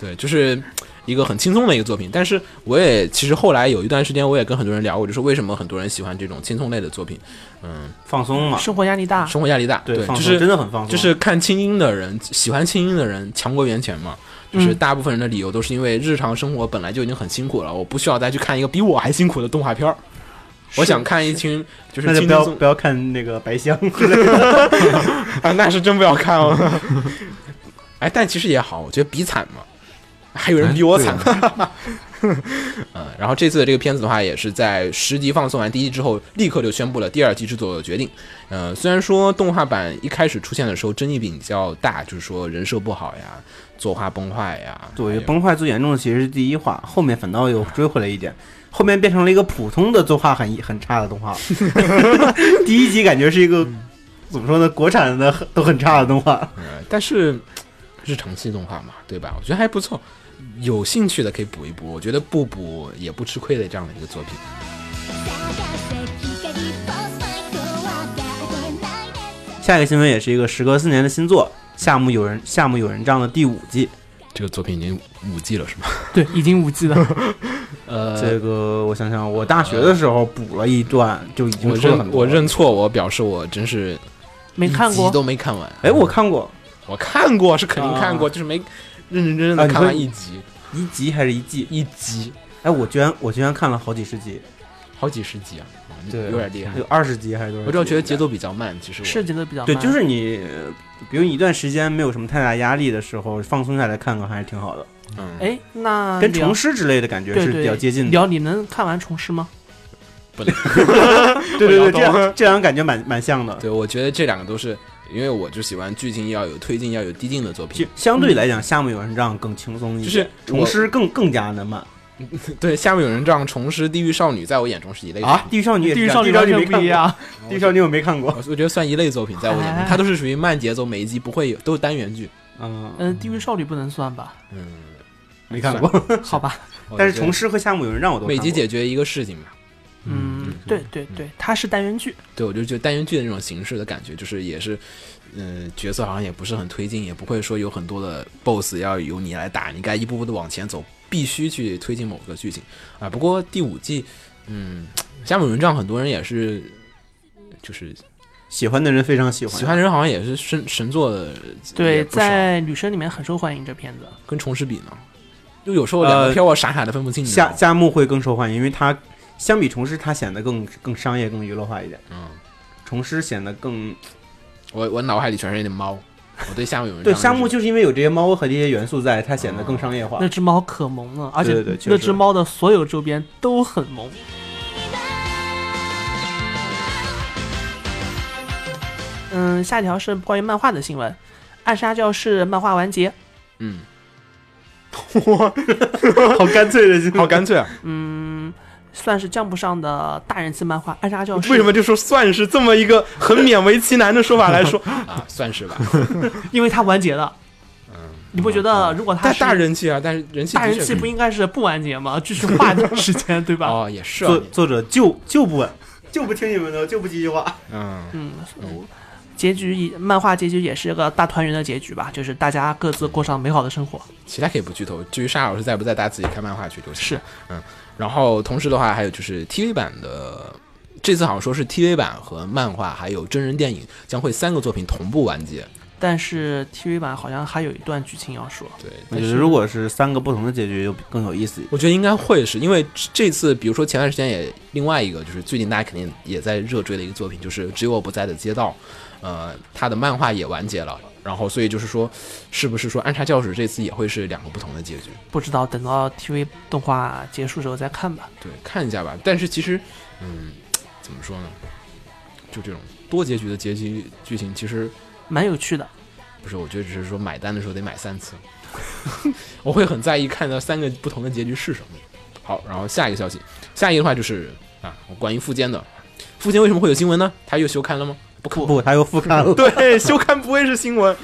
Speaker 5: 对，就是一个很轻松的一个作品。但是我也其实后来有一段时间，我也跟很多人聊过，就是为什么很多人喜欢这种轻松类的作品，嗯，
Speaker 4: 放松嘛。
Speaker 6: 生活压力大，
Speaker 5: 生活压力大，对，
Speaker 4: 放
Speaker 5: 就
Speaker 4: 松
Speaker 5: 是
Speaker 4: 真的很放松，
Speaker 5: 就是看清音的人，喜欢清音的人强国源泉嘛，就是
Speaker 6: 嗯
Speaker 5: 大部分人的理由都是因为日常生活本来就已经很辛苦了，我不需要再去看一个比我还辛苦的动画片儿。我想看一群就是
Speaker 4: 那就
Speaker 5: 轻
Speaker 4: 不要
Speaker 5: 松
Speaker 4: 不要看那个白香， [laughs]
Speaker 5: [laughs] 啊，那是真不要看 [laughs] 哦。哎，但其实也好，我觉得比惨嘛，还有人比我惨。嗯，然后这次的这个片子的话，也是在十集放送完第一集之后，立刻就宣布了第二季制作的决定。呃，虽然说动画版一开始出现的时候争议比较大，就是说人设不好呀，作画崩坏呀，
Speaker 4: 对，我
Speaker 5: 还
Speaker 4: 觉
Speaker 5: 有
Speaker 4: 得崩坏最严重的其实是第一话，后面反倒又追回来一点，后面变成了一个普通的作画很很差的动画。 [laughs] 第一集感觉是一个怎么说呢，国产的很都很差的动画。
Speaker 5: 呃，但是日常系动画嘛，对吧？我觉得还不错，有兴趣的可以补一补，我觉得不补也不吃亏的这样的一个作品。
Speaker 4: 下一个新闻也是一个时隔四年的新作，《夏目友人夏目友人帐》的第五季。
Speaker 5: 这个作品已经五季了，是吗？
Speaker 6: 对，已经无忌
Speaker 4: [laughs]
Speaker 6: 了。
Speaker 5: 呃
Speaker 4: 这个我想想，我大学的时候补了一段，就已经
Speaker 5: 我
Speaker 4: 出了很
Speaker 5: 认
Speaker 4: 多。
Speaker 5: 我，认错，我表示我真是
Speaker 6: 没看
Speaker 5: 一集
Speaker 6: 过，
Speaker 5: 都没看完。
Speaker 4: 哎，我看过
Speaker 5: 我看过是肯定看过，就是没认认真真的
Speaker 4: 啊你
Speaker 5: 看
Speaker 4: 说
Speaker 5: 完一集、
Speaker 4: 一集还是一季？
Speaker 5: 一集，
Speaker 4: 哎，我居然我居然看了好几十集，
Speaker 5: 好几十集啊，嗯
Speaker 4: 对
Speaker 5: 有点厉害
Speaker 4: 有。二十集还是多少集？
Speaker 5: 我主要觉得节奏比较慢，其实我
Speaker 6: 是节奏比较慢。
Speaker 4: 对，就是你，呃比如你一段时间没有什么太大压力的时候，放松下来看看还是挺好的，
Speaker 5: 嗯，
Speaker 6: 哎，那
Speaker 4: 跟
Speaker 6: 聊
Speaker 4: 重师之类的感觉
Speaker 6: 对
Speaker 4: 是
Speaker 6: 对
Speaker 4: 比较接近的。
Speaker 6: 聊你能看完重师吗？
Speaker 4: 对对
Speaker 5: 我
Speaker 4: 对，
Speaker 5: 摇
Speaker 4: 这
Speaker 5: 头
Speaker 4: 样这样感觉蛮蛮像的。
Speaker 5: 对，我觉得这两个都是，因为我就喜欢剧情要有推进，要有递进的作
Speaker 4: 就
Speaker 5: 品。
Speaker 4: 相对来讲，夏目友人帐更轻松一
Speaker 5: 就
Speaker 4: 点，
Speaker 5: 是
Speaker 4: 重
Speaker 5: 我
Speaker 4: 师更更加的慢
Speaker 5: 对，下面有人让重师《地狱少女》，在我眼中是一类
Speaker 4: 啊。
Speaker 5: 作
Speaker 4: 地狱少女也
Speaker 6: 地狱
Speaker 4: 是
Speaker 6: 少
Speaker 4: 这
Speaker 6: 女
Speaker 4: 样
Speaker 6: 完
Speaker 4: 地狱少女没看
Speaker 6: 全不一
Speaker 4: 过，
Speaker 6: 样。
Speaker 5: 品，
Speaker 4: 地狱少女我没看过
Speaker 5: 我。我觉得算一类作品，在我
Speaker 6: 啊
Speaker 5: 眼中，它都是属于慢节奏，每一集不会有，都是单元剧。
Speaker 4: 嗯，
Speaker 6: 嗯，地狱少女不能算吧？
Speaker 5: 嗯，
Speaker 4: 没看过。
Speaker 6: 好吧，
Speaker 5: 我
Speaker 4: 但
Speaker 5: 觉得
Speaker 4: 是重师和夏目友人帐我都看
Speaker 5: 每集
Speaker 4: 过
Speaker 5: 解决一个事情嘛。
Speaker 6: 嗯，对对对，它是单元剧，
Speaker 5: 对，我就觉得单元剧的那种形式的感觉，就是也是呃，角色好像也不是很推进，也不会说有很多的 BOSS 要由你来打，你该一步步的往前走，必须去推进某个剧情啊。不过第五季，嗯，夏目文章很多人也是，就是
Speaker 4: 喜欢的人非常喜欢，
Speaker 5: 喜欢的人好像也是神神作的，也
Speaker 6: 对，
Speaker 5: 不少
Speaker 6: 在女生里面很受欢迎这片子。
Speaker 5: 跟虫师比呢，就有时候两个
Speaker 4: 呃
Speaker 5: 票我傻傻的分不清你知道
Speaker 4: 夏
Speaker 5: 吗。
Speaker 4: 夏目会更受欢迎，因为它相比虫师，它显得更更商业、更娱乐化一点。
Speaker 5: 嗯，
Speaker 4: 虫师显得更
Speaker 5: 我我脑海里全是那猫，我对夏目有人
Speaker 4: 对夏目，就是因为有这些猫和这些元素在，它显得更商业化
Speaker 6: 那。只猫可萌了，而且
Speaker 4: 对对确实
Speaker 6: 那只猫的所有周边都很萌。嗯，下一条是关于漫画的新闻，《暗杀教室》漫画完结。
Speaker 5: 嗯，
Speaker 4: 好干脆的，
Speaker 5: 好干脆啊！
Speaker 6: 嗯，算是降不上的大人气漫画《暗杀教室》。
Speaker 8: [laughs] 为什么就说算是这么一个很勉为其难的说法来说？
Speaker 5: [laughs] 啊，算
Speaker 8: [laughs]
Speaker 5: 是吧。
Speaker 6: 因为它完结了。你不觉得如果它
Speaker 5: 但
Speaker 6: 是
Speaker 5: 大人气啊，但是人气
Speaker 6: 大人
Speaker 5: 的确
Speaker 6: 气不应该是不完结吗？ [laughs] 继续画一段时间，对吧？
Speaker 5: [laughs] 哦，也是啊
Speaker 4: 作作者就就不稳，就不听你们的，就不几句话。
Speaker 5: 嗯，
Speaker 6: 嗯，我结局以漫画结局也是个大团圆的结局吧，就是大家各自过上美好的生活。
Speaker 5: 其他可以不剧透。至于沙老师在不在，大家自己看漫画去就行。
Speaker 6: 是，
Speaker 5: 嗯。然后同时的话，还有就是 TV 版的，这次好像说是 TV 版和漫画还有真人电影将会三个作品同步完结。
Speaker 6: 但是 TV 版好像还有一段剧情要说，
Speaker 5: 对，
Speaker 4: 我觉得如果是三个不同的结局，就更有意思。
Speaker 5: 我觉得应该会是因为这这次，比如说前段时间也另外一个，就是最近大家肯定也在热追的一个作品，就是《只有我不在的街道》，呃，它的漫画也完结了，然后所以就是说，是不是说《暗杀教室》这次也会是两个不同的结局？
Speaker 6: 不知道等到 TV 动画结束之后再看吧。
Speaker 5: 对，看一下吧。但是其实，嗯，怎么说呢？就这种多结局的结局剧情，其实
Speaker 6: 蛮有趣的，
Speaker 5: 不是，我觉得只是说买单的时候得买三次， [laughs] 我会很在意看到三个不同的结局是什么。好，然后下一个消息，下一个的话就是啊，我关于富坚的，富坚为什么会有新闻呢？他又休刊了吗？不可
Speaker 4: [laughs] 不，他又复刊了，
Speaker 8: 对，休刊不会是新
Speaker 5: [laughs]
Speaker 8: 闻，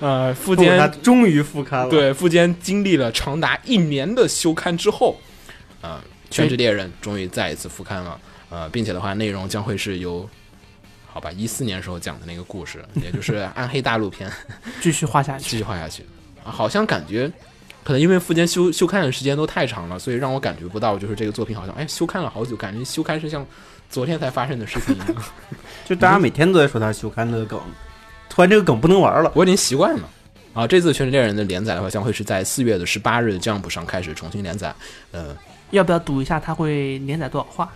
Speaker 5: 呃，富
Speaker 4: 不，他
Speaker 5: 坚
Speaker 4: 终于复刊了。，
Speaker 5: 对富坚经历了长达一年的休刊之后，啊、全职猎人》终于再一次复刊了，呃，并且的话，内容将会是由。好吧，一四年时候讲的那个故事，也就是《暗黑大陆篇》
Speaker 6: 继续画下
Speaker 5: 继
Speaker 6: 去。
Speaker 5: 续画下去。啊好像感觉，可能因为富坚休休刊的时间都太长了，所以让我感觉不到，就是这个作品好像哎休刊了好久，感觉休刊是像昨天才发生的事情一样。
Speaker 4: 就大家每天都在说他休刊的梗，突然这个梗不能玩了。
Speaker 5: 我已经习惯了。啊，这次《全职猎人》的连载的话，将会是在四月的十八日 Jump 上开始重新连载。呃，
Speaker 6: 要不要赌一下它会连载多少话？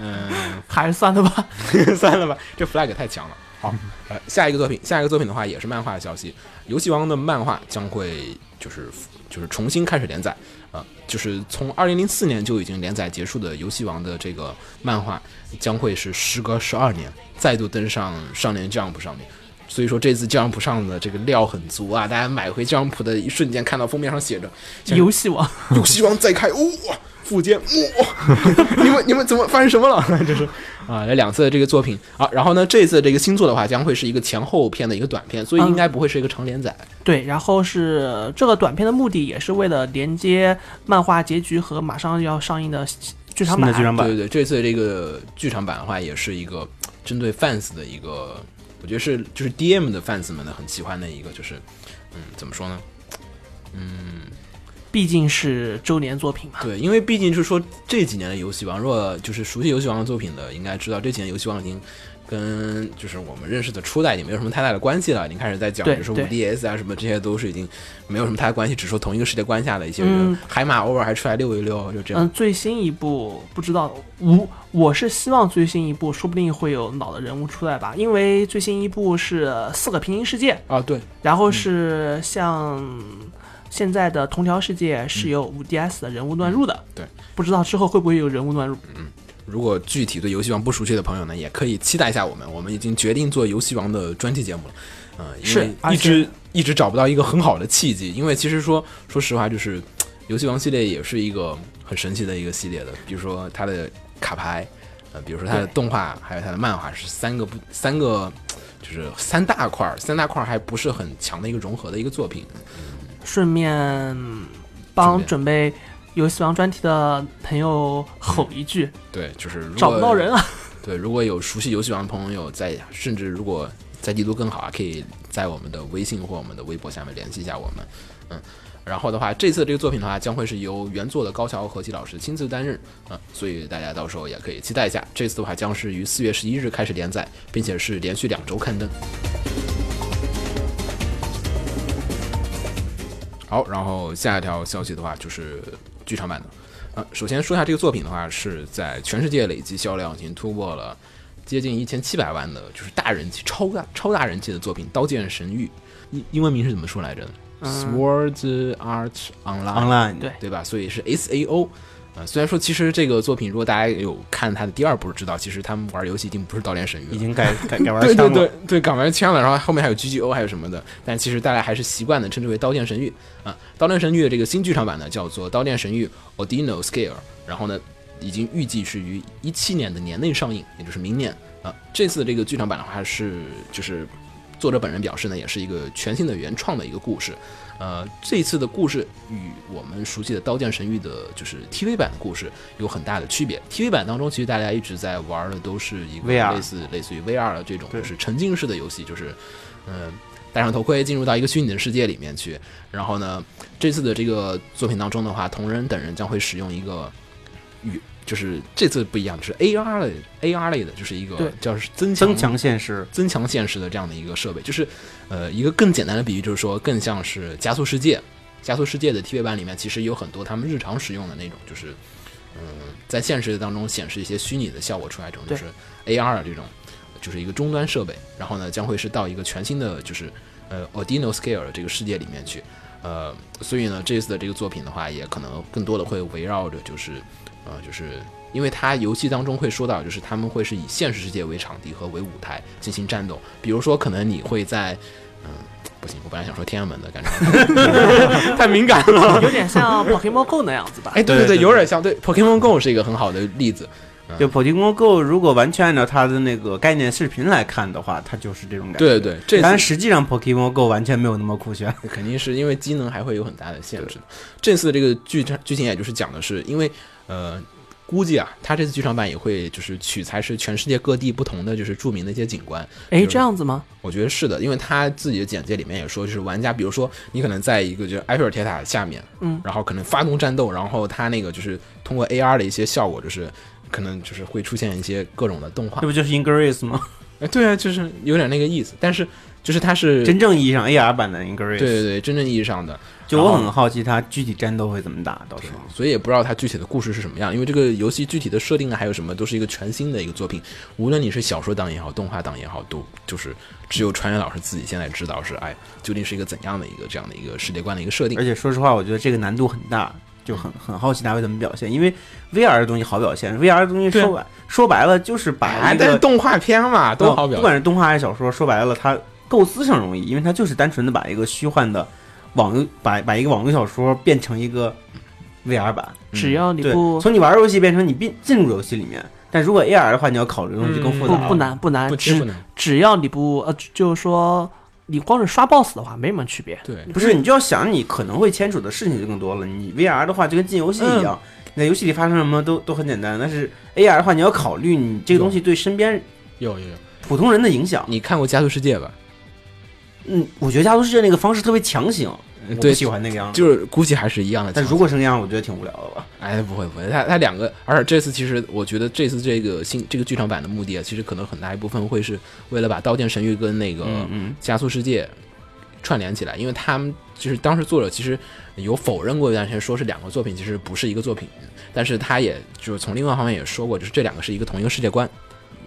Speaker 6: 嗯，还是算了吧。
Speaker 5: [laughs] 算了吧，这 flag 太强了。好，呃，下一个作品，下一个作品的话也是漫画的消息，《游戏王》的漫画将会就是就是重新开始连载，啊、就是从二零零四年就已经连载结束的《游戏王》的这个漫画将会是时隔十二年再度登上少年 Jump 上面。所以说这次 Jump 上的这个料很足啊，大家买回 Jump 的一瞬间，看到封面上写着像
Speaker 6: 游戏王
Speaker 5: [laughs] “游戏王再开”，哇、附件，哇、 [laughs] 你们你们怎么发生什么了？ [laughs] 就是啊，这两次的这个作品啊，然后呢，这次这个新作的话，将会是一个前后篇的一个短片，所以
Speaker 6: 嗯
Speaker 5: 应该不会是一个长连载。
Speaker 6: 对，然后是这个短片的目的也是为了连接漫画结局和马上要上映的剧场
Speaker 4: 新的
Speaker 6: 版。
Speaker 4: 剧场
Speaker 5: 对
Speaker 4: 版
Speaker 5: 对对，这次这个剧场版的话，也是一个针对 fans 的一个，我觉得是就是 DM 的 fans 们呢很喜欢的一个，就是嗯，怎么说呢？
Speaker 6: 毕竟是周年作品嘛。
Speaker 5: 对，因为毕竟是说这几年的游戏王，若就是熟悉游戏王的作品的，应该知道这几年游戏王已经跟就是我们认识的初代已经没有什么太大的关系了，已经开始在讲，比
Speaker 6: 对
Speaker 5: 如说五
Speaker 6: 对
Speaker 5: DS 啊什么这些都是已经没有什么太大关系，只说同一个世界观下的一些人
Speaker 6: 嗯，
Speaker 5: 海马偶尔还出来溜一溜，就这样
Speaker 6: 嗯，。最新一部不知道，我我是希望最新一部说不定会有老的人物出来吧，因为最新一部是四个平行世界，
Speaker 5: 啊，对，
Speaker 6: 然后是像现在的同条世界是有五 DS 的人物乱入的，
Speaker 5: 对，
Speaker 6: 不知道之后会不会有人物乱入，
Speaker 5: 如果具体对游戏王不熟悉的朋友呢，也可以期待一下我们，我们已经决定做游戏王的专题节目了。嗯、因
Speaker 6: 是
Speaker 5: 为
Speaker 6: 而
Speaker 5: 一
Speaker 6: 且
Speaker 5: 直一直找不到一个很好的契机，因为其实说说实话，就是游戏王系列也是一个很神奇的一个系列的，比如说它的卡牌，呃，比如说它的
Speaker 6: 对
Speaker 5: 动画，还有它的漫画是三个不三个。就是三大块儿，三大块儿还不是很强的一个融合的一个作品，
Speaker 6: 顺便帮
Speaker 5: 准
Speaker 6: 准备游戏王专题的朋友吼一句，
Speaker 5: 对，就是如果
Speaker 6: 找不到人啊，
Speaker 5: 对，如果有熟悉游戏王的朋友在，甚至如果在帝都更好啊，可以在我们的微信或我们的微博下面联系一下我们。嗯，然后的话，这次这个作品的话，将会是由原作的高桥和希老师亲自担任啊、嗯所以大家到时候也可以期待一下。这次的话将是于四月十一日开始连载，并且是连续两周刊登。好，然后下一条消息的话就是剧场版的。啊，首先说一下这个作品的话，是在全世界累计销量已经突破了接近一千七百万的，就是大人气、超大、超大人气的作品《刀剑神域》，英英文名是怎么说来着、s w
Speaker 6: 嗯，
Speaker 5: o r d Art Online，
Speaker 4: online
Speaker 6: 对
Speaker 5: 对吧？所以是 S A O。啊、虽然说其实这个作品，如果大家有看它的第二部，知道其实他们玩游戏已经不是《刀剑神域》了，
Speaker 4: 已经改改 [laughs] 改玩
Speaker 5: 对对
Speaker 4: 枪了
Speaker 5: 对，对，港玩枪了，然后后面还有 GGO 还有什么的，但其实大家还是习惯的称之为《刀剑神域》啊，《刀剑神域》的这个新剧场版呢叫做《刀剑神域 Odino Scale》，然后呢已经预计是于一七年的年内上映，也就是明年啊。这次的这个剧场版的话是就是作者本人表示呢，也是一个全新的原创的一个故事。呃，这次的故事与我们熟悉的《刀剑神域》的就是 TV 版的故事有很大的区别。TV 版当中，其实大家一直在玩的都是一个
Speaker 4: VR
Speaker 5: 类似类似于 VR 的这种
Speaker 4: 对
Speaker 5: 就是沉浸式的游戏，就是嗯、戴上头盔进入到一个虚拟的世界里面去。然后呢，这次的这个作品当中的话，同人等人将会使用一个与就是这次不一样，就是 AR 类 AR 类的，就是一个
Speaker 6: 对
Speaker 5: 叫是增强
Speaker 4: 增强现实，
Speaker 5: 增强现实的这样的一个设备，就是呃一个更简单的比喻，就是说更像是加速世界。加速世界的 TV 版里面其实有很多他们日常使用的那种，就是嗯、在现实当中显示一些虚拟的效果出来，这种就是 AR 这种，就是一个终端设备。然后呢，将会是到一个全新的就是呃 Odino Scale 的这个世界里面去。呃，所以呢，这次的这个作品的话，也可能更多的会围绕着就是呃就是因为它游戏当中会说到，就是他们会是以现实世界为场地和为舞台进行战斗。比如说，可能你会在，嗯，不行，我本来想说天安门的感觉，
Speaker 8: 太敏感了。
Speaker 6: 有点像 Pokemon Go 那样子吧。
Speaker 5: 哎，对
Speaker 4: 对对
Speaker 5: 对，有点像，对，Pokemon Go 是一个很好的例子，
Speaker 4: 就 Pokemon Go 如果完全按照它的那个概念视频来看的话，它就是这种感觉。
Speaker 5: 对对，这次
Speaker 4: 但实际上 Pokemon Go 完全没有那么酷炫。
Speaker 5: 肯定是因为机能还会有很大的限制。这次的这个剧场剧情也就是讲的是，因为呃，估计啊，它这次剧场版也会就是取材是全世界各地不同的就是著名的一些景观。
Speaker 6: 哎，
Speaker 5: 就是
Speaker 6: 这样子吗？
Speaker 5: 我觉得是的，因为他自己的简介里面也说，就是玩家，比如说你可能在一个就是埃菲尔铁塔下面，
Speaker 6: 嗯，
Speaker 5: 然后可能发动战斗，然后他那个就是通过 AR 的一些效果，就是可能就是会出现一些各种的动画
Speaker 4: 这。不就是 Ingress 吗？
Speaker 5: 哎，对啊，就是有点那个意思，但是就是它是
Speaker 4: 真正意义上 AR 版的
Speaker 5: 对
Speaker 4: Ingress。
Speaker 5: 对对，真正意义上的，
Speaker 4: 就我很好奇它具体战斗会怎么打，到时候。
Speaker 5: 所以也不知道它具体的故事是什么样，因为这个游戏具体的设定啊，还有什么，都是一个全新的一个作品。无论你是小说党也好，动画党也好，都就是只有川原老师自己现在知道是哎，究竟是一个怎样的一个这样的一个世界观的一个设定
Speaker 4: 而。且说实话，我觉得这个难度很大，就很很好奇它会怎么表现，因为 VR 的东西好表现，VR 的东西说白说白了就是把
Speaker 5: 哎
Speaker 4: 一
Speaker 5: 但是
Speaker 4: 个
Speaker 5: 动画片嘛，都好表
Speaker 4: 不
Speaker 5: 现。
Speaker 4: 管是动画还是小说，说白了它构思上容易，因为它就是单纯的把一个虚幻的网游把把一个网游小说变成一个 VR 版，
Speaker 6: 只要你
Speaker 4: 对，
Speaker 6: 不
Speaker 4: 从你玩游戏变成你进进入游戏里面。但如果 AR 的话，你要考虑的东西就更复杂
Speaker 6: 不
Speaker 4: 了。
Speaker 6: 不难不难
Speaker 5: 不，吃不
Speaker 6: 只
Speaker 5: 能，
Speaker 6: 只要你不呃，就是说你光是刷 BOSS 的话，没什么区别。
Speaker 5: 对，
Speaker 4: 不是，你就要想你可能会牵扯的事情就更多了。你 VR 的话就跟进游戏一样，你在游戏里发生什么都都很简单。但是 AR 的话，你要考虑你这个东西对身边
Speaker 5: 有有有。
Speaker 4: 普通人的影响。
Speaker 5: 你看过《加速世界》吧？
Speaker 4: 嗯，我觉得《家族世界》那个方式特别强行，我不
Speaker 5: 对
Speaker 4: 喜欢那个样子。
Speaker 5: 就是估计还是一样的
Speaker 4: 但
Speaker 5: 情况。
Speaker 4: 如果是那样，我觉得挺无聊的吧。
Speaker 5: 哎，不会不会，他他两个，而且这次其实我觉得这次这个新这个剧场版的目的啊，其实可能很大一部分会是为了把《刀剑神域》跟那个
Speaker 4: 嗯
Speaker 5: 《
Speaker 4: 嗯，
Speaker 5: 加速世界》串联起来，因为他们就是当时作者其实有否认过一段时间，说是两个作品其实不是一个作品，但是他也就是从另外一方面也说过，就是这两个是一个同一个世界观。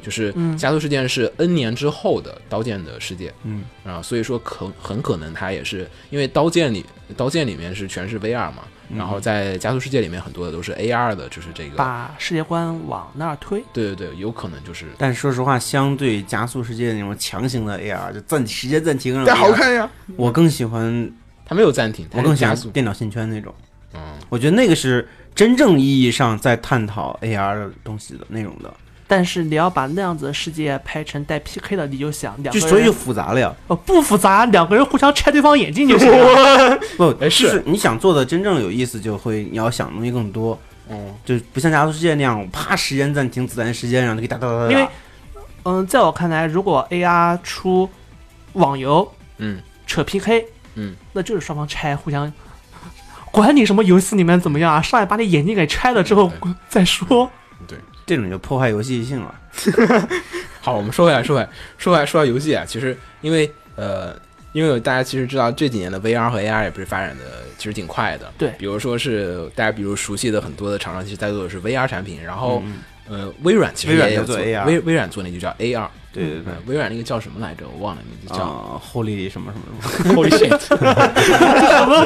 Speaker 5: 就是《
Speaker 6: 嗯
Speaker 5: 加速世界》是 N 年之后的《刀剑》的世界，
Speaker 4: 嗯
Speaker 5: 啊，所以说可很可能它也是因为《刀剑》里，《刀剑》里面是全是 VR 嘛，然
Speaker 4: 嗯
Speaker 5: 后在《加速世界》里面很多的都是 AR 的，就是这个，
Speaker 6: 把世界观往那儿推，
Speaker 5: 对对对，有可能就是
Speaker 4: 但是说实话，相对《加速世界》那种强行的 AR，就暂时间暂停让 AR
Speaker 5: 呀，
Speaker 4: 我更喜欢，
Speaker 5: 它没有暂停，它
Speaker 4: 我更
Speaker 5: 是
Speaker 4: 喜
Speaker 5: 加
Speaker 4: 欢
Speaker 5: 速，
Speaker 4: 电脑线圈那种。
Speaker 5: 嗯，
Speaker 4: 我觉得那个是真正意义上在探讨 AR 的东西的内容的，
Speaker 6: 但是你要把那样子的世界拍成带 PK 的，你就想两
Speaker 4: 就
Speaker 6: 个人
Speaker 4: 所以就复杂了呀。
Speaker 6: 哦不复杂，两个人互相拆对方 [laughs] 眼镜就行了。
Speaker 4: 不，
Speaker 5: 哎
Speaker 4: 就是你想做的真正有意思，就会你要想的东西更多。
Speaker 5: 哦，
Speaker 4: 就不像《加速世界》那样，啪时间暂停，子弹时间，然后就给打打打打。
Speaker 6: 因为嗯，在我看来，如果 AR 出网游
Speaker 5: 嗯
Speaker 6: 扯 PK，
Speaker 5: 嗯，
Speaker 6: 那就是双方拆，互相管你什么游戏里面怎么样啊，上来把你眼睛给拆了之后再说。
Speaker 4: 这种就破坏游戏性了。
Speaker 5: 好，我们说回来，说回来，说回来，说到游戏啊，其实因为呃，因为大家其实知道这几年的 VR 和 AR 也不是发展的其实挺快的，
Speaker 6: 对
Speaker 5: 比如说是大家比如熟悉的很多的厂商其实在做的是 VR 产品，然
Speaker 4: 哦
Speaker 5: 后、
Speaker 4: 嗯
Speaker 5: 呃，微软其实
Speaker 4: 微软
Speaker 5: 也有
Speaker 4: 在做 AR
Speaker 5: 微微软做那个叫 AR，
Speaker 4: 对对对
Speaker 5: 呃，微软那个叫什么来着？我忘了名字叫。
Speaker 4: 啊，后力什么什么什么。
Speaker 5: Holy shit！什么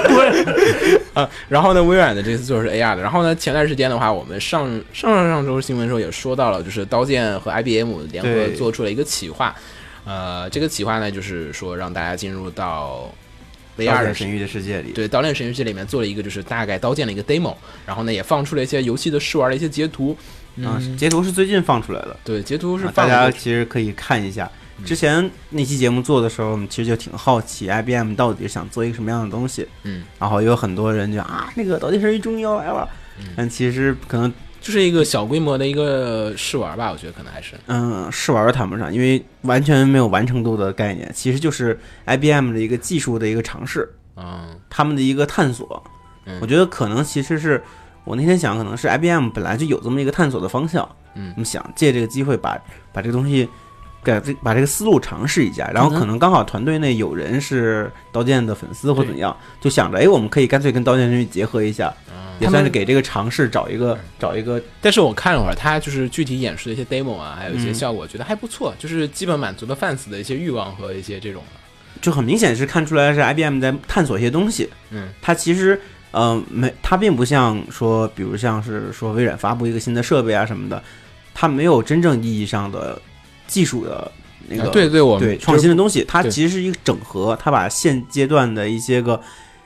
Speaker 5: 鬼？啊，然后呢，微软的这次做的是 AR 的。然后呢，前段时间的话，我们上上上上周新闻的时候也说到了，就是刀剑和 IBM 联合
Speaker 4: 对
Speaker 5: 做出了一个企划。呃，这个企划呢，就是说让大家进入到 VR
Speaker 4: 二
Speaker 5: 的
Speaker 4: 神域的世界里，
Speaker 5: 对《刀剑神域》这里面做了一个就是大概刀剑的一个 demo，然后呢也放出了一些游戏的试玩的一些截图。
Speaker 4: 啊
Speaker 5: 嗯，，
Speaker 4: 截图是最近放出来的，
Speaker 5: 对，截图是
Speaker 4: 啊
Speaker 5: 放了
Speaker 4: 大家
Speaker 5: 一个
Speaker 4: 其实可以看一下。
Speaker 5: 嗯
Speaker 4: 之前那期节目做的时候，我们其实就挺好奇 IBM 到底想做一个什么样的东西。
Speaker 5: 嗯，
Speaker 4: 然后也有很多人就啊，那个《刀剑神域》终于要来了。
Speaker 5: 嗯
Speaker 4: 但其实可能，
Speaker 5: 就是一个小规模的一个试玩吧，我觉得可能还是
Speaker 4: 嗯，试玩儿谈不上，因为完全没有完成度的概念，其实就是 IBM 的一个技术的一个尝试。
Speaker 5: 嗯
Speaker 4: 他们的一个探索
Speaker 5: 嗯。
Speaker 4: 我觉得可能其实是我那天想，可能是 IBM 本来就有这么一个探索的方向，
Speaker 5: 嗯
Speaker 4: 我们想借这个机会把把这个东西。给这把这个思路尝试一下，
Speaker 5: 嗯
Speaker 4: 然后可能刚好团队内有人是刀剑的粉丝或怎样，就想着，哎，我们可以干脆跟刀剑神域结合一下，
Speaker 5: 嗯。
Speaker 4: 也算是给这个尝试找一个找一个
Speaker 5: 但是我看了会儿，他就是具体演示的一些 demo 啊，还有一些
Speaker 4: 嗯
Speaker 5: 效果，觉得还不错，就是基本满足了 fans 的一些欲望和一些这种。
Speaker 4: 就很明显是看出来是 IBM 在探索一些东西。
Speaker 5: 嗯，
Speaker 4: 它其实呃没，它并不像说，比如像是说微软发布一个新的设备啊什么的，它没有真正意义上的技术的那个、
Speaker 5: 啊对对，我们
Speaker 4: 对创新的东西，它
Speaker 5: 对
Speaker 4: 其实是一个整合，它把现阶段的一些个。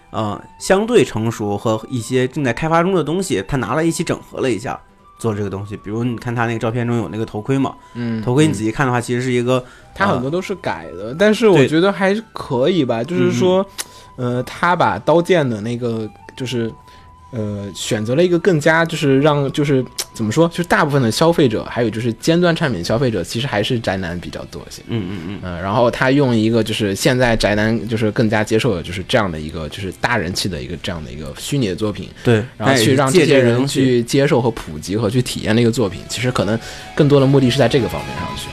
Speaker 4: 呃，相对成熟和一些正在开发中的东西，它拿来一起整合了一下，做这个东西。比如你看它那个照片中有那个头盔嘛，
Speaker 5: 嗯，
Speaker 4: 头盔
Speaker 5: 嗯
Speaker 4: 你仔细看的话，其实是一个
Speaker 5: 它很多都是改的，但是我
Speaker 4: 啊对嗯
Speaker 5: 觉得还是可以吧。就是说，呃，他把刀剑的那个就是。呃，选择了一个更加就是让就是怎么说，就是大部分的消费者，还有就是尖端产品消费者，其实还是宅男比较多一些。
Speaker 4: 嗯嗯嗯，
Speaker 5: 嗯、然后他用一个就是现在宅男就是更加接受的就是这样的一个就是大人气的一个这样的一个虚拟的作品，
Speaker 4: 对，
Speaker 5: 然后
Speaker 4: 它也
Speaker 5: 去
Speaker 4: 是
Speaker 5: 让
Speaker 4: 借
Speaker 5: 这些
Speaker 4: 个
Speaker 5: 人
Speaker 4: 东西
Speaker 5: 去接受和普及和去体验那个作品，其实可能更多的目的是在这个方面上去。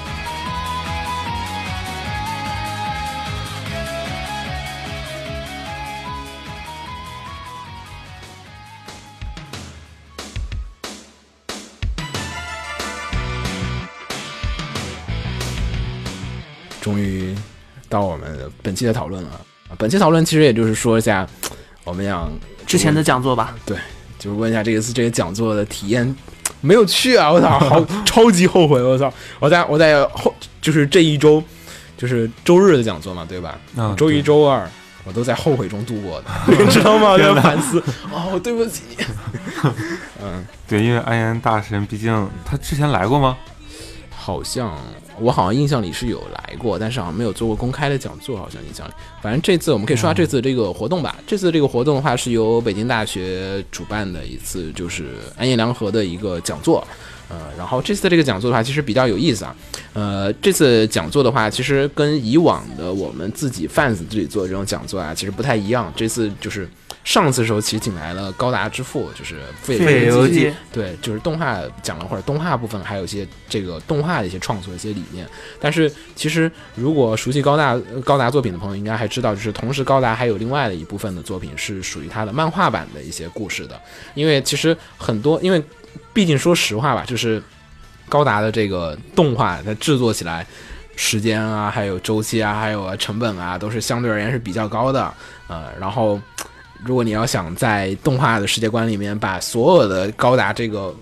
Speaker 5: 终于到我们本期的讨论了啊！本期讨论其实也就是说一下，我们想
Speaker 6: 之前的讲座吧，
Speaker 5: 就是问一下这一次这个讲座的体验，没有去啊！我操，好超级后悔！我操，我在我在后就是这一周，就是周日的讲座嘛，对吧？
Speaker 3: 啊
Speaker 5: 周一、周二我都在后悔中度过的，你知道吗？在反思，哦，对不起。嗯，
Speaker 3: [laughs] 对，因为安岩大神，毕竟他之前来过吗？
Speaker 5: 好像我好像印象里是有来过，但是好像没有做过公开的讲座，好像印象里。反正这次我们可以说下这次这个活动吧。这次这个活动的话是由北京大学主办的一次，就是安彦良和的一个讲座。呃，然后这次的这个讲座的话，其实比较有意思啊。呃，这次讲座的话，其实跟以往的我们自己 fans 自己做这种讲座啊，其实不太一样。这次就是上次的时候，其实请来了高达之父，就是费
Speaker 4: 费
Speaker 5: 费
Speaker 4: 游
Speaker 5: 游
Speaker 4: 记
Speaker 6: 记
Speaker 5: 对，就是动画讲了会儿动画部分，还有一些这个动画的一些创作的一些理念。但是其实如果熟悉高大呃高达作品的朋友，应该还知道，就是同时高达还有另外的一部分的作品是属于他的漫画版的一些故事的。因为其实很多，因为毕竟说实话吧，就是高达的这个动画它制作起来。时间啊，还有周期啊，还有啊成本啊，都是相对而言是比较高的，呃，然后如果你要想在动画的世界观里面把所有的高达这个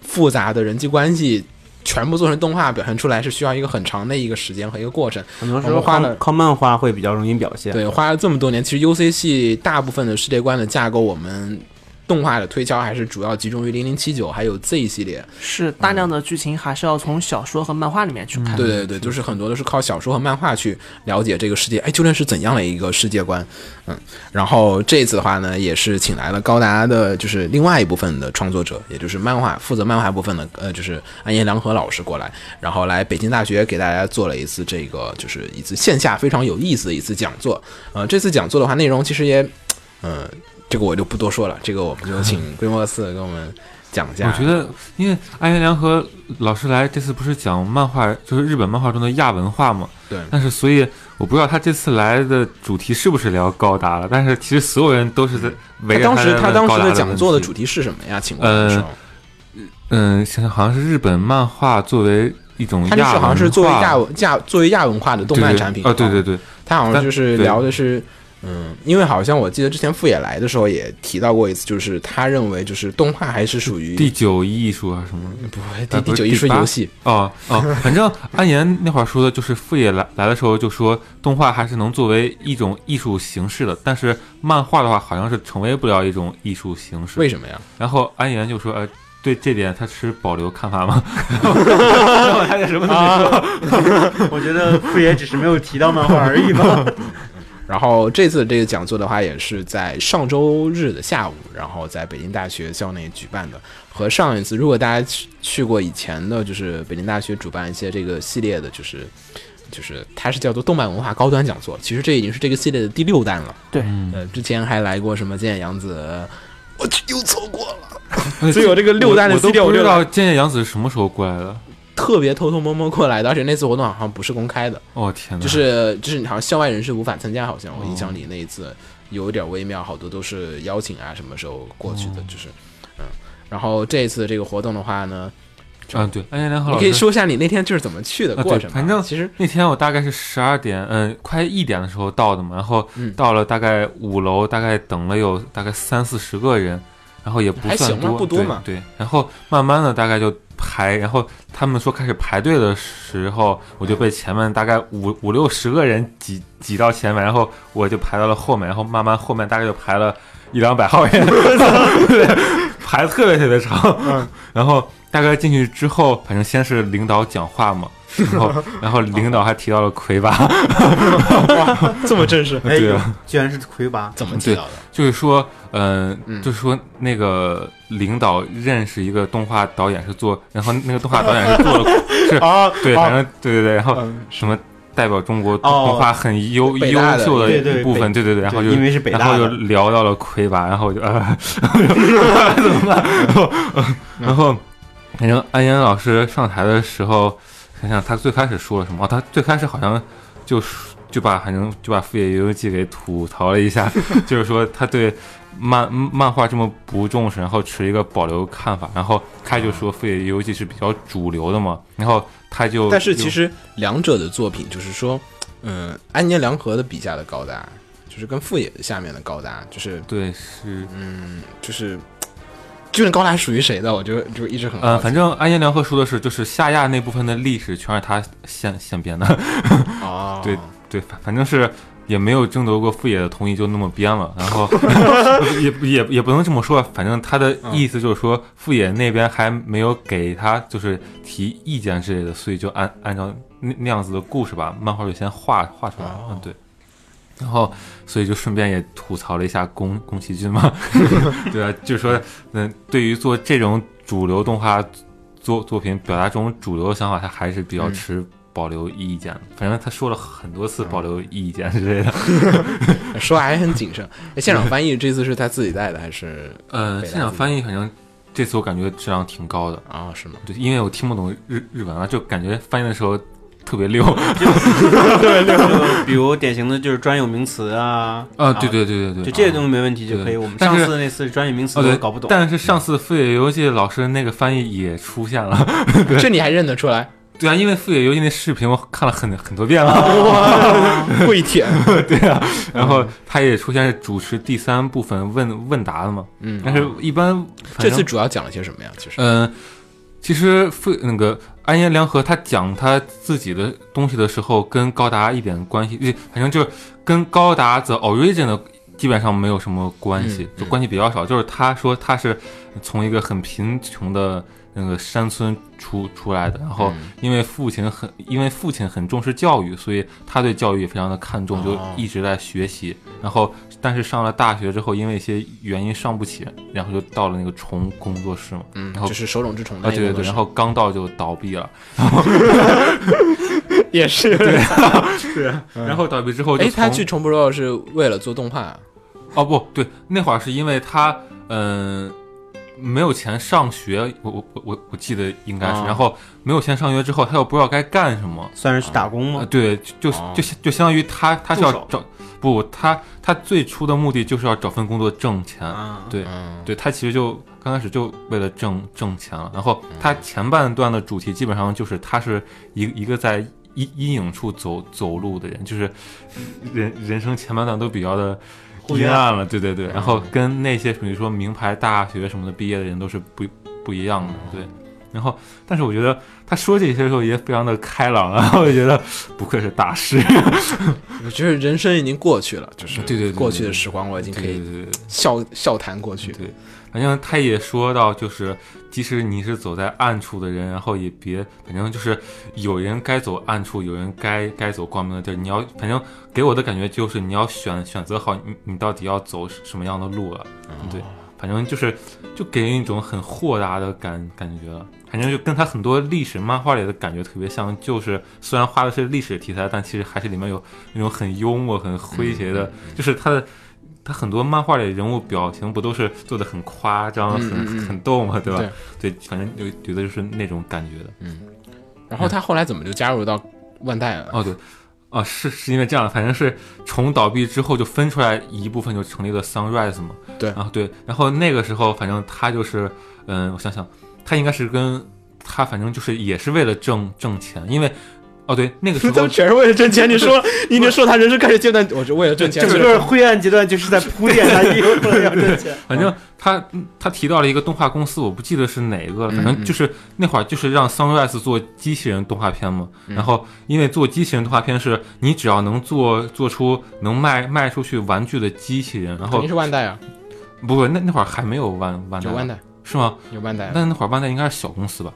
Speaker 5: 复杂的人际关系全部做成动画表现出来，是需要一个很长的一个时间和一个过程。
Speaker 4: 很多时
Speaker 5: 我
Speaker 4: 候
Speaker 5: 们花
Speaker 4: 靠
Speaker 5: 了
Speaker 4: 靠漫画会比较容易表现。
Speaker 5: 对，花了这么多年，其实 UC 系大部分的世界观的架构，我们动画的推敲还是主要集中于零零七九还有 Z 系列。
Speaker 6: 是大量的剧情还是要从小说和漫画里面去
Speaker 4: 嗯
Speaker 6: 看。
Speaker 5: 对对对，就是很多都是靠小说和漫画去了解这个世界，哎，究竟是怎样的一个世界观？嗯，然后这一次的话呢，也是请来了高达的，就是另外一部分的创作者，也就是漫画负责漫画部分的，呃，就是安彦良和老师过来，然后来北京大学给大家做了一次这个，就是一次线下非常有意思的一次讲座。呃，这次讲座的话，内容其实也，嗯、这个我就不多说了，这个我们就请
Speaker 3: [laughs]
Speaker 5: 龟墨四给我们讲一下。
Speaker 3: 我觉得，因为安元良和老师来这次不是讲漫画，就是日本漫画中的亚文化嘛。
Speaker 5: 对
Speaker 3: 但是，所以我不知道他这次来的主题是不是聊高达了，但是其实所有人都是在
Speaker 5: 他
Speaker 3: 围着
Speaker 5: 当时
Speaker 3: 在
Speaker 5: 他
Speaker 3: 问
Speaker 5: 当
Speaker 3: 高
Speaker 5: 时
Speaker 3: 达
Speaker 5: 的
Speaker 3: 的
Speaker 5: 讲座的主
Speaker 3: 题，
Speaker 5: 题是什么呀？请
Speaker 3: 呃
Speaker 5: 问是吗
Speaker 3: 嗯，想想好像是日本漫画作为一种
Speaker 5: 它
Speaker 3: 嗯
Speaker 5: 这
Speaker 3: 亚文
Speaker 5: 是
Speaker 3: 化，
Speaker 5: 好像是作为亚文亚作为亚文化的动漫产品哦
Speaker 3: 啊，对对，对，
Speaker 5: 它好像
Speaker 3: 但
Speaker 5: 就是
Speaker 3: 对
Speaker 5: 聊的是。嗯，因为好像我记得之前傅野来的时候也提到过一次，就是他认为就是动画还是属于
Speaker 3: 第九艺术啊什么的。
Speaker 5: 不会
Speaker 3: 啊
Speaker 5: 第第
Speaker 3: 不是
Speaker 5: 九艺
Speaker 3: 第
Speaker 5: 术
Speaker 3: 八
Speaker 5: 游戏，
Speaker 3: 哦哦，反正安岩那会儿说的就是傅野来来的时候就说，动画还是能作为一种艺术形式的，但是漫画的话好像是成为不了一种艺术形式。
Speaker 5: 为什么呀？
Speaker 3: 然后安岩就说，呃，对这点他持保留看法吗？ [laughs] 然后他就什么都没说。
Speaker 4: 我觉得傅爷只是没有提到漫画而已 [laughs] 吧。
Speaker 5: 然后这次这个讲座的话，也是在上周日的下午，然后在北京大学校内举办的。和上一次，如果大家去去过以前的，就是北京大学主办一些这个系列的，就是就是它是叫做动漫文化高端讲座，其实这已经是这个系列的第六弹了。
Speaker 6: 对
Speaker 5: 嗯，呃，之前还来过什么剑阳子，我去又错过了。
Speaker 8: 所以我这个六单的
Speaker 3: 我
Speaker 8: C
Speaker 3: 我
Speaker 8: D
Speaker 3: 都不
Speaker 8: 我
Speaker 3: 知
Speaker 8: 就
Speaker 3: 道剑叶杨子是什么时候过来的。
Speaker 5: 特别偷偷摸摸过来的，而且那次活动好像不是公开的，
Speaker 3: 哦天哪！
Speaker 5: 就是就是你好像校外人士无法参加，好像我印象
Speaker 3: 哦
Speaker 5: 里那一次有点微妙，好多都是邀请啊，什么时候过去的，
Speaker 3: 哦
Speaker 5: 就是嗯。然后这一次这个活动的话呢，
Speaker 3: 啊，对，安岩良和
Speaker 5: 你
Speaker 3: 老
Speaker 5: 可以
Speaker 3: 师
Speaker 5: 说一下你那天就是怎么去的
Speaker 3: 啊对
Speaker 5: 过程吧。
Speaker 3: 反正
Speaker 5: 其实
Speaker 3: 那天我大概是十二点，嗯，快一点的时候到的嘛，然后
Speaker 5: 嗯
Speaker 3: 到了大概五楼，大概等了有大概三四十个人，然后也不
Speaker 5: 还
Speaker 3: 算
Speaker 5: 行吧
Speaker 3: 多，
Speaker 5: 不多
Speaker 3: 对
Speaker 5: 嘛
Speaker 3: 对然后慢慢的大概就排，然后他们说开始排队的时候，我就被前面大概五五六十个人挤挤到前面，然后我就排到了后面，然后慢慢后面大概就排了一两百
Speaker 5: [laughs]
Speaker 3: 号人，排得特别特别长，
Speaker 5: 嗯
Speaker 3: 然后大概进去之后，反正先是领导讲话嘛。然后，然后领导还提到了魁拔， [laughs]
Speaker 8: 这么正式。
Speaker 4: 哎
Speaker 3: 对
Speaker 4: 呦
Speaker 3: 啊，
Speaker 4: 居然是魁
Speaker 5: [laughs]
Speaker 4: 拔，
Speaker 5: 怎么提到的？
Speaker 3: 就是说，嗯、
Speaker 5: 嗯
Speaker 3: 就是说那个领导认识一个动画导演是做，然后那个动画导演是做
Speaker 4: [laughs]
Speaker 3: 了，是
Speaker 8: 啊，
Speaker 3: 对，
Speaker 8: 啊
Speaker 3: 反正对对对，然后
Speaker 8: 嗯
Speaker 3: 什么代表中国
Speaker 4: 哦
Speaker 3: 动画很优
Speaker 5: 北
Speaker 3: 优
Speaker 5: 大的
Speaker 3: 秀
Speaker 4: 对对
Speaker 3: 的一部分，对对对，然后就
Speaker 4: 对因为是北
Speaker 3: 然
Speaker 4: 大
Speaker 3: 后就
Speaker 4: [laughs] 的，
Speaker 3: 聊到了魁拔，然后我就呃， [laughs] 怎么办？ [laughs] 然后，
Speaker 5: [laughs]
Speaker 3: 然后，反正安岩老师上台的时候，想想他最开始说了什么？哦，他最开始好像就是就把反正就把富野由悠季给吐槽了一下， [laughs] 就是说他对漫漫画这么不重视，然后持一个保留看法，然后他就
Speaker 5: 嗯
Speaker 3: 说富野由悠季是比较主流的嘛，然后他就
Speaker 5: 但是其
Speaker 3: 用
Speaker 5: 实两者的作品，就是说，嗯，安年良和的笔下的高达，就是跟富野下面的高达，就是
Speaker 3: 对是。
Speaker 5: 嗯，就是究竟高达属于谁的，我就就一直很
Speaker 3: 呃，
Speaker 5: 好奇
Speaker 3: 反正安彦良和说的是，就是夏亚那部分的历史全是他现现编的，
Speaker 5: 哦，
Speaker 3: 对对，反反正是也没有征得过傅野的同意，就那么编了。然后也也也不能这么说，反正他的意思就是说，傅野那边还没有给他就是提意见之类的，所以就按按照那那样子的故事吧，漫画就先画画出来了。嗯，对。然后，所以就顺便也吐槽了一下宫宫崎骏嘛，对啊，就是说，嗯，对于做这种主流动画作作品，表达这种主流的想法，他还是比较
Speaker 5: 嗯
Speaker 3: 持保留意见的。反正他说了很多次保留意见之类的。 [laughs]
Speaker 5: 说话还很谨慎。哎现场翻译这次是他自己带的还是
Speaker 3: 呃，
Speaker 5: 北大
Speaker 3: 现场
Speaker 5: 自己
Speaker 3: 翻译反正这次我感觉质量挺高的，
Speaker 5: 啊、是
Speaker 3: [laughs]
Speaker 5: 吗？
Speaker 3: 对，因为我听不懂日日文啊，就感觉翻译的时候特别溜 [laughs]
Speaker 4: 就 [laughs] 比如典型的就是专有名词啊，
Speaker 3: 啊。对对对对
Speaker 4: 就
Speaker 3: 对，
Speaker 4: 这些
Speaker 5: 啊
Speaker 4: 东西没问题就可以。
Speaker 3: 对
Speaker 4: 我们
Speaker 3: 但
Speaker 4: 上
Speaker 3: 是
Speaker 4: 次那次专业名词
Speaker 3: 哦对
Speaker 4: 我搞不懂，
Speaker 3: 但是上次富野游记老师那个翻译也出现了， [laughs]
Speaker 5: 这你还认得出来？
Speaker 3: 对啊，因为富野游记那视频我看了很很多遍了，
Speaker 4: [laughs]
Speaker 5: [laughs] 跪舔，
Speaker 3: [laughs] 对啊，然后他也出现是主持第三部分问问答的嘛，
Speaker 5: 嗯，
Speaker 3: 但是一般反
Speaker 5: 这
Speaker 3: 正
Speaker 5: 次主要讲了些什么呀？其实，
Speaker 3: 嗯，其实费那个安彦良和他讲他自己的东西的时候，跟高达一点关系，就反正就是跟高达 The Origin 的基本上没有什么关系，
Speaker 5: 嗯
Speaker 3: 就关系比较少。就是他说他是从一个很贫穷的那个山村出出来的，然后
Speaker 5: 嗯
Speaker 3: 因为父亲很因为父亲很重视教育，所以他对教育也非常的看重，就
Speaker 5: 哦
Speaker 3: 一直在学习。然后但是上了大学之后，因为一些原因上不起，然后就到了那个虫工作室嘛。
Speaker 5: 嗯，
Speaker 3: 然后
Speaker 5: 就是手冢治虫的
Speaker 3: 啊，
Speaker 5: 那
Speaker 3: 对
Speaker 5: 个
Speaker 3: 对
Speaker 5: 故
Speaker 3: 对，
Speaker 5: 事
Speaker 3: 然后刚到就倒闭 [laughs] 了，
Speaker 5: 也
Speaker 3: [laughs]
Speaker 5: 是。
Speaker 3: 然后倒闭之后就
Speaker 5: 哎，他
Speaker 3: 从
Speaker 5: 去重不肉是为了做动画，
Speaker 3: 哦不对，那会儿是因为他嗯、呃没有钱上学，我我我我记得应该是，
Speaker 5: 啊
Speaker 3: 然后没有钱上学之后，他又不知道该干什么，
Speaker 4: 算是去打工
Speaker 3: 啊，
Speaker 4: 吗？
Speaker 3: 对，就就
Speaker 5: 哦
Speaker 3: 就就相当于他他是
Speaker 4: 助
Speaker 3: 要
Speaker 4: 手
Speaker 3: 找不他他最初的目的就是要找份工作挣
Speaker 5: 呃
Speaker 3: 钱，
Speaker 4: 啊，
Speaker 3: 对
Speaker 5: 嗯，
Speaker 3: 对他其实就刚开始就为了挣挣钱了，然后
Speaker 5: 嗯
Speaker 3: 他前半段的主题基本上就是他是一一个在阴阴影处走走路的人，就是人人生前半段都比较的阴暗了，对对对，然后
Speaker 5: 嗯
Speaker 3: 跟那些比如说名牌大学什么的毕业的人都是不不一样的，对。
Speaker 5: 嗯
Speaker 3: 然后，但是我觉得他说这些时候也非常的开朗，然 [laughs] 后我觉得不愧是大师，
Speaker 5: 我觉得人生已经过去了，就是
Speaker 3: 对对对
Speaker 5: 过去的
Speaker 3: 对
Speaker 5: 时光我已经
Speaker 3: 对
Speaker 5: 可
Speaker 3: 对
Speaker 5: 以
Speaker 3: 对对。
Speaker 5: 笑笑谈过去。
Speaker 3: 对，反正他也说到，就是即使你是走在暗处的人，然后也别，反正就是有人该走暗处，有人该该走光明的地儿。你要，反正给我的感觉就是你要选选择好你你到底要走什么样的路了。对，
Speaker 5: 嗯
Speaker 3: 反正就是就给人一种很豁达的感感觉了。反正就跟他很多历史漫画里的感觉特别像，就是虽然画的是历史题材，但其实还是里面有那种很幽默、很诙谐
Speaker 5: 嗯
Speaker 3: 的，就是他的他很多漫画里人物表情不都是做的很夸张、
Speaker 5: 嗯嗯嗯
Speaker 3: 很很逗嘛，对吧？对反正就觉得就是那种感觉的。
Speaker 5: 嗯然后他后来怎么就加入到万代
Speaker 3: [laughs]
Speaker 5: 了？
Speaker 3: 哦，对，啊，是是因为这样，反正是虫倒闭之后就分出来一部分，就成立了 Sunrise 嘛。
Speaker 5: 对
Speaker 3: 啊，对，然后那个时候，反正他就是，嗯，我想想，他应该是跟他，反正就是也是为了挣挣钱，因为，哦，对，那个时
Speaker 5: [laughs] 他
Speaker 3: 候
Speaker 5: 们全是为了挣钱。你
Speaker 3: [laughs]
Speaker 5: 说，你你说他人生开始阶段，我是为了挣钱
Speaker 4: 整。个灰暗阶段就是在铺垫他以后要挣钱。
Speaker 3: 反
Speaker 5: 嗯
Speaker 3: 正他嗯他提到了一个动画公司，我不记得是哪个了，反
Speaker 5: 嗯
Speaker 3: 正就是那会儿就是让 Sunrise 做机器人动画片嘛。
Speaker 5: 嗯
Speaker 3: 然后因为做机器人动画片是你只要能做做出能卖卖出去玩具的机器人，然
Speaker 5: 肯
Speaker 3: 后
Speaker 5: 定是万代啊，
Speaker 3: 不不那那会儿还没有万万代
Speaker 5: 有
Speaker 3: 吧
Speaker 5: 万哎代，
Speaker 3: 是吗？
Speaker 5: 有万代。
Speaker 3: 但那会儿万代应该是小公司吧，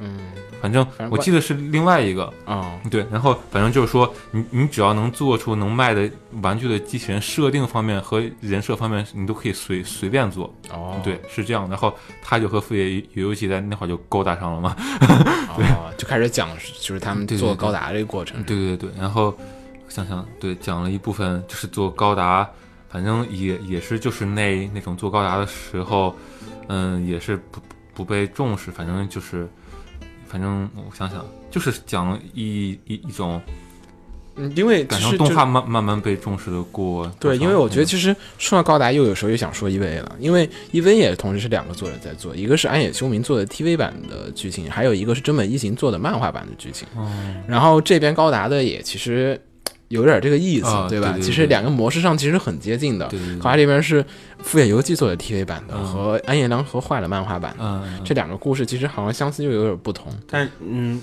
Speaker 5: 嗯，
Speaker 3: 反正
Speaker 5: 正
Speaker 3: 我
Speaker 5: 万
Speaker 3: 记得是另外一个。
Speaker 5: 哦，
Speaker 3: 对，然后反正就是说，你你只要能做出能卖的玩具的机器人设定方面和人设方面，你都可以随随便做。
Speaker 5: 哦，
Speaker 3: 对，是这样。然后他就和富野由悠季在那会儿就勾搭上了嘛。
Speaker 5: 哦，就开始讲就是他们
Speaker 3: 对对
Speaker 5: 做
Speaker 3: 对
Speaker 5: 高达这个过程。
Speaker 3: [laughs] 对对对，然后想想对，讲了一部分就是做高达，反正也也是就是那那种做高达的时候，嗯，也是不不被重视，反正就是反正我想想，就是讲了一一一种
Speaker 5: 嗯，因为其
Speaker 3: 感
Speaker 5: 实
Speaker 3: 受动
Speaker 5: 就
Speaker 3: 画慢慢慢被重视的过。
Speaker 5: 对，因为我觉得
Speaker 3: 嗯
Speaker 5: 其实说到高达，又有时候又想说 EVA 了，因为 EVA 也同时是两个作者在做，一个是安野修明做的 TV 版的剧情，还有一个是真本一行做的漫画版的剧情。
Speaker 3: 嗯
Speaker 5: 然后这边高达的也其实有点这个意思，
Speaker 3: 啊
Speaker 5: 对吧
Speaker 3: 对对对
Speaker 5: 其实两个模式上其实很接近的。
Speaker 3: 对对对
Speaker 5: 高达这边是富野由纪做的 TV 版的、
Speaker 3: 嗯
Speaker 5: 和安野良和画的漫画版的，
Speaker 3: 嗯，
Speaker 5: 这两个故事其实好像相似又有点不同。
Speaker 4: 但是嗯，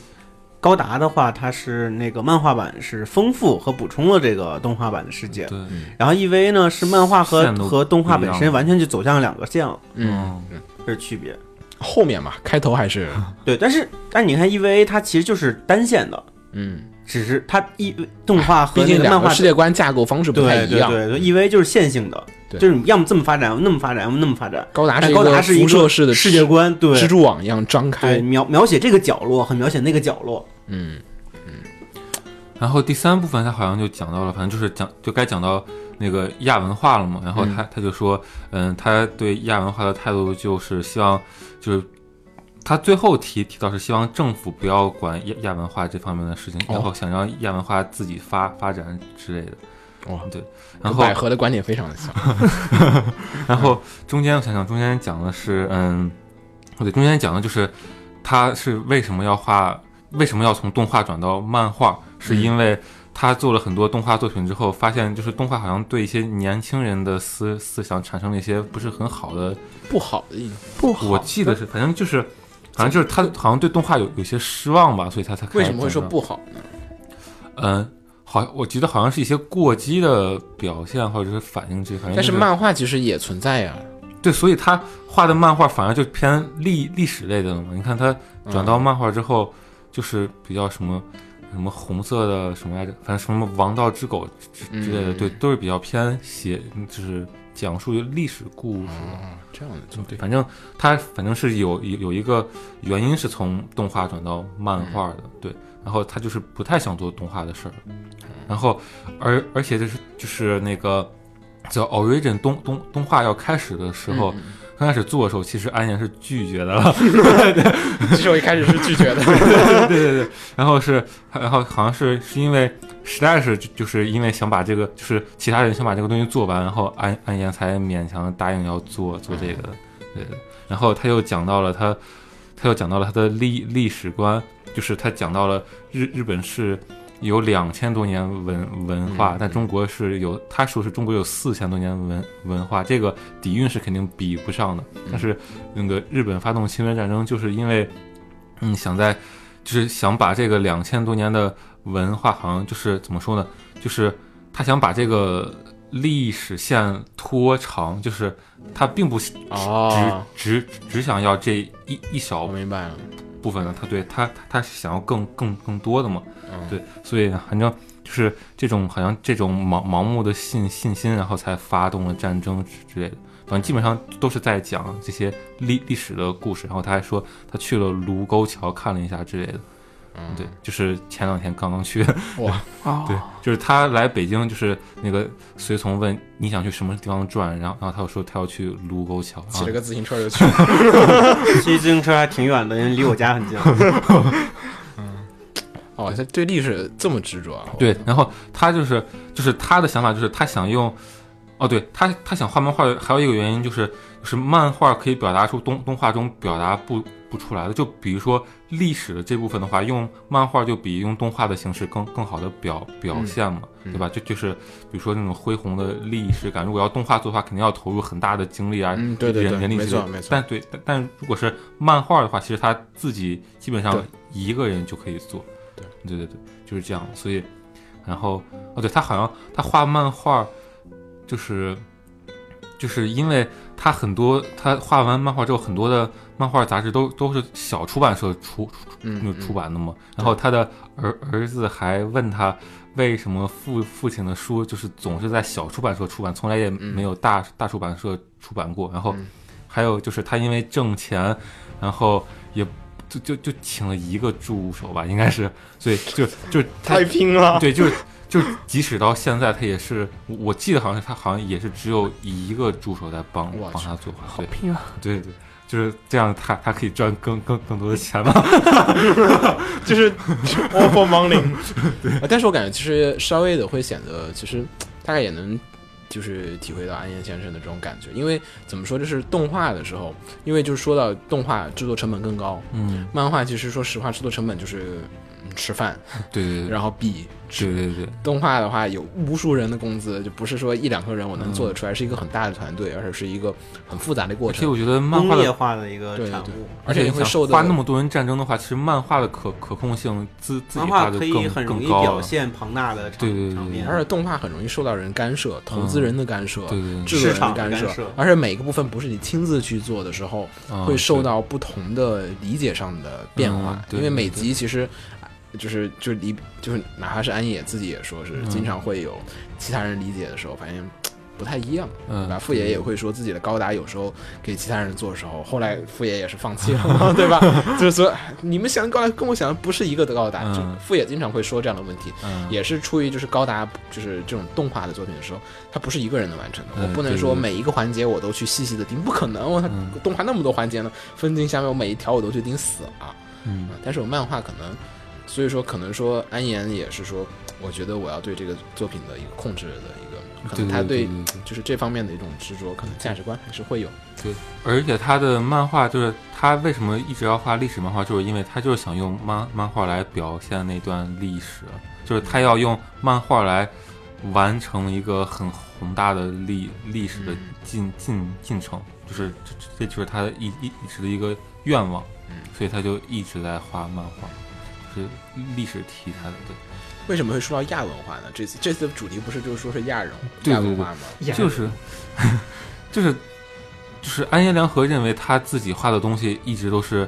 Speaker 4: 高达的话，它是那个漫画版是丰富和补充了这个动画版的世界，
Speaker 3: 对，
Speaker 5: 嗯
Speaker 4: 然后 EVA 呢是漫画和
Speaker 3: 线都
Speaker 4: 和动画本
Speaker 3: 不一
Speaker 4: 身
Speaker 3: 样
Speaker 4: 完全就走向两个线了，
Speaker 5: 嗯，
Speaker 3: 嗯
Speaker 4: 这是区别。
Speaker 5: 后面嘛，开头还是
Speaker 4: 对，但是但是你看 EVA 它其实就是单线的，
Speaker 5: 嗯，
Speaker 4: 只是它一动画和
Speaker 5: 毕
Speaker 4: 那
Speaker 5: 竟
Speaker 4: 个
Speaker 5: 两
Speaker 4: 漫
Speaker 5: 个
Speaker 4: 画
Speaker 5: 世界观架构方式不太
Speaker 4: 对
Speaker 5: 一
Speaker 4: 对
Speaker 5: 样。嗯
Speaker 4: 对对，EVA 就是线性的，
Speaker 5: 对
Speaker 4: 就是你要么这么发展，要么那么发展，要么那么发展。
Speaker 5: 高达是
Speaker 4: 但
Speaker 5: 一
Speaker 4: 高达
Speaker 5: 个
Speaker 4: 是一
Speaker 5: 辐射式的
Speaker 4: 个世界观，对
Speaker 5: 蜘蛛网一样张开
Speaker 4: 对，描描写这个角落和描写那个角落，
Speaker 5: 嗯，
Speaker 3: 然后第三部分他好像就讲到了，反正就是讲就该讲到那个亚文化了嘛。然后他、他就说，嗯，他对亚文化的态度就是希望，就是他最后提提到是希望政府不要管亚亚文化这方面的事情，
Speaker 5: 哦
Speaker 3: 然后想让亚文化自己发发展之类的。
Speaker 5: 哇
Speaker 3: 对，然
Speaker 5: 跟
Speaker 3: 后
Speaker 5: 百合的观点非常的
Speaker 4: [laughs]
Speaker 5: 像。
Speaker 3: 然后中间我想想，中间讲的是，嗯，不对，中间讲的就是他是为什么要画，为什么要从动画转到漫画，是
Speaker 5: 嗯
Speaker 3: 因为他做了很多动画作品之后，发现就是动画好像对一些年轻人的思思想产生了一些不是很好的，
Speaker 5: 不好的
Speaker 4: [laughs]
Speaker 5: 印象，
Speaker 6: [laughs] 不好。
Speaker 3: 我记得是，反正就是。好像就是他好像对动画有有些失望吧，所以他才开
Speaker 5: 为
Speaker 3: 始
Speaker 5: 什么会
Speaker 3: 转
Speaker 5: 说
Speaker 3: 到
Speaker 5: 不好呢？
Speaker 3: 嗯，好，我觉得好像是一些过激的表现或者是反应这些，反正
Speaker 5: 但是
Speaker 3: 就
Speaker 5: 漫画其实也存在呀、
Speaker 3: 对，所以他画的漫画反而就偏历历史类的了嘛。你看他
Speaker 5: 嗯
Speaker 3: 转到漫画之后，就是比较什么什么红色的什么来着，反正什么王道之狗之之之类的，
Speaker 5: 嗯
Speaker 3: 对，都是比较偏写，就是讲述历史故事的。
Speaker 5: 嗯，这样的就对。
Speaker 3: 反正他反正是有有有一个原因是从动画转到漫画
Speaker 5: 嗯
Speaker 3: 的，对，然后他就是不太想做动画的事儿，然后而而且就是就是那个叫 Origin 动动动画要开始的时
Speaker 5: 嗯
Speaker 3: 候，刚开始做的时候，其实安岩是拒绝的了， [laughs]
Speaker 5: 其实我一开始是拒
Speaker 4: [laughs]
Speaker 5: 绝的，
Speaker 3: 对对对，然后是，然后好像是是因为实在是就就是因为想把这个，就是其他人想把这个东西做完，然后安安岩才勉强答应要做做这个的，对的。然后他又讲到了他，他又讲到了他的历历史观，就是他讲到了日日本是有两千多年文文化，但中国是有，他说是中国有四千多年文文化，这个底蕴是肯定比不上的。但是那个日本发动侵略战争，就是因为嗯想在就是想把这个两千多年的文化，好像就是怎么说呢？就是他想把这个历史线拖长，就是他并不只、
Speaker 5: 哦
Speaker 3: 只只想要这一一小
Speaker 5: 我明白了。
Speaker 3: 部分的，他对他他他是想要更更更多的嘛，
Speaker 5: 嗯
Speaker 3: 对，所以反正就是这种好像这种盲盲目的信信心，然后才发动了战争之之类的。反正基本上都是在讲这些历历史的故事，然后他还说他去了卢沟桥看了一下之类的，
Speaker 5: 嗯，
Speaker 3: 对，就是前两天刚刚去， [laughs]
Speaker 6: 哦，
Speaker 3: 对，就是他来北京，就是那个随从问你想去什么地方转，然后然后他又说他要去卢沟桥，
Speaker 5: 骑了
Speaker 3: 然后
Speaker 5: 个自行车就去
Speaker 4: 啊
Speaker 5: 了。
Speaker 4: 骑自行车还挺远的，因为离我家很近。
Speaker 5: 哦，他对历史这么执着啊？
Speaker 3: 对，然后他就是就是他的想法就是他想用，哦，对他他想画漫画还有一个原因就是就是漫画可以表达出动动画中表达不不出来的，就比如说历史的这部分的话，用漫画就比用动画的形式更更好的表表现嘛，
Speaker 5: 嗯
Speaker 3: 对吧？就就是比如说那种恢宏的历史感，如果要动画做的话，肯定要投入很大的精力啊，
Speaker 5: 嗯对对对
Speaker 3: 人人力
Speaker 5: 没
Speaker 3: 资
Speaker 5: 错
Speaker 3: 源
Speaker 5: 没错
Speaker 3: 但对，但但如果是漫画的话，其实他自己基本上
Speaker 5: 对
Speaker 3: 一个人就可以做，
Speaker 5: 对
Speaker 3: 对对对，就是这样，所以。然后哦，对他好像他画漫画，就是就是因为他很多他画完漫画之后，很多的漫画杂志都都是小出版社出出
Speaker 5: 嗯
Speaker 3: 那
Speaker 5: 嗯
Speaker 3: 出版的嘛。然后他的儿儿子还问他为什么父父亲的书就是总是在小出版社出版，从来也没有大、大出版社出版过。然后
Speaker 5: 嗯
Speaker 3: 还有就是他因为挣钱，然后也。就就就请了一个助手吧，应该是，所以就就他
Speaker 8: 太拼了，
Speaker 3: 对，就是就是，即使到现在，他也是，我我记得好像是他好像也是只有一个助手在帮
Speaker 5: 我
Speaker 3: 帮
Speaker 5: 去
Speaker 3: 他做画，对
Speaker 6: 拼啊！
Speaker 3: 对对，就是这样他，他可以赚更更更多的钱嘛。
Speaker 8: 就是 all for money，
Speaker 3: [laughs]
Speaker 5: 啊但是我感觉其实稍微的会显得，其实大概也能就是体会到安彦先生的这种感觉，因为怎么说，就是动画的时候，因为就是说到动画制作成本更高，
Speaker 3: 嗯，
Speaker 5: 漫画其实说实话制作成本就是。嗯吃饭，
Speaker 3: 对对对
Speaker 5: 然后笔。
Speaker 3: 对对对，
Speaker 5: 动画的话，有无数人的工资，就不是说一两个人我能做得出来，是一个很大的团队，而且是一个很复杂的过
Speaker 3: 嗯而且
Speaker 5: 程，
Speaker 3: 我觉得漫画
Speaker 4: 工业
Speaker 3: 的，
Speaker 4: 化的一个
Speaker 5: 对
Speaker 4: 产
Speaker 5: 对
Speaker 4: 物，
Speaker 5: 而且也会
Speaker 3: 想
Speaker 5: 受到
Speaker 3: 画那么多人战争的话，其实漫画的可可控性自自己
Speaker 4: 漫
Speaker 3: 画
Speaker 4: 画
Speaker 3: 的
Speaker 4: 可
Speaker 3: 更
Speaker 4: 以很容
Speaker 3: 更
Speaker 4: 易
Speaker 3: 高
Speaker 4: 表
Speaker 3: 了。
Speaker 4: 现庞大的场
Speaker 3: 对对对
Speaker 4: 场面，
Speaker 5: 而且动画很容易受到人干涉，投资人的干涉，
Speaker 3: 嗯对对对，
Speaker 5: 制作
Speaker 4: 市
Speaker 5: 人的
Speaker 4: 场
Speaker 5: 干
Speaker 4: 的干
Speaker 5: 涉，
Speaker 4: 涉
Speaker 5: 而且每个部分不是你亲自去做的时候，
Speaker 3: 嗯
Speaker 5: 会受
Speaker 3: 对
Speaker 5: 到不同的理解上的变化
Speaker 3: 嗯，对
Speaker 5: 因为每
Speaker 3: 对
Speaker 5: 集其实。就是就是理就是哪怕是安野自己也说是
Speaker 3: 嗯
Speaker 5: 经常会有其他人理解的时候，发现不太一样，
Speaker 3: 嗯
Speaker 5: 对吧？傅爷也会说自己的高达有时候给其他人做的时候，后来傅爷也是放弃了， [laughs] 对吧？就是说你们想的高达跟我想的不是一个的高达，
Speaker 3: 嗯
Speaker 5: 就傅爷经常会说这样的问题，
Speaker 3: 嗯
Speaker 5: 也是出于就是高达就是这种动画的作品的时候，它不是一个人能完成的，
Speaker 3: 嗯
Speaker 5: 我不能
Speaker 3: 对
Speaker 5: 说
Speaker 3: 对对
Speaker 5: 每一个环节我都去细细的盯，不可
Speaker 3: [laughs]
Speaker 5: 能，我它
Speaker 3: 嗯
Speaker 5: 动画那么多环节呢，分镜下面我每一条我都去盯死了。
Speaker 3: 嗯
Speaker 5: 但是我漫画可能，所以说可能说安岩也是说，我觉得我要对这个作品的一个控制的一个，可
Speaker 3: 对
Speaker 5: 能他
Speaker 3: 对
Speaker 5: 对就是这方面的一种执着，可能价值观还是会有。
Speaker 3: 而且他的漫画就是他为什么一直要画历史漫画，就是因为他就是想用漫漫画来表现那段历史，就是他要用漫画来完成一个很宏大的历历史的
Speaker 5: 嗯
Speaker 3: 进进进程，就是这这这就是他的一一一直的一个愿望
Speaker 5: 嗯，
Speaker 3: 所以他就一直在画漫画，就是历史题材的。对，
Speaker 5: 为什么会说到亚文化呢？这次这次的主题不是就是说是亚人
Speaker 3: 对
Speaker 5: 亚
Speaker 3: 对
Speaker 5: 文
Speaker 3: 对
Speaker 5: 化吗？
Speaker 3: 就是， [laughs] 就是，就是安彦良和认为他自己画的东西一直都是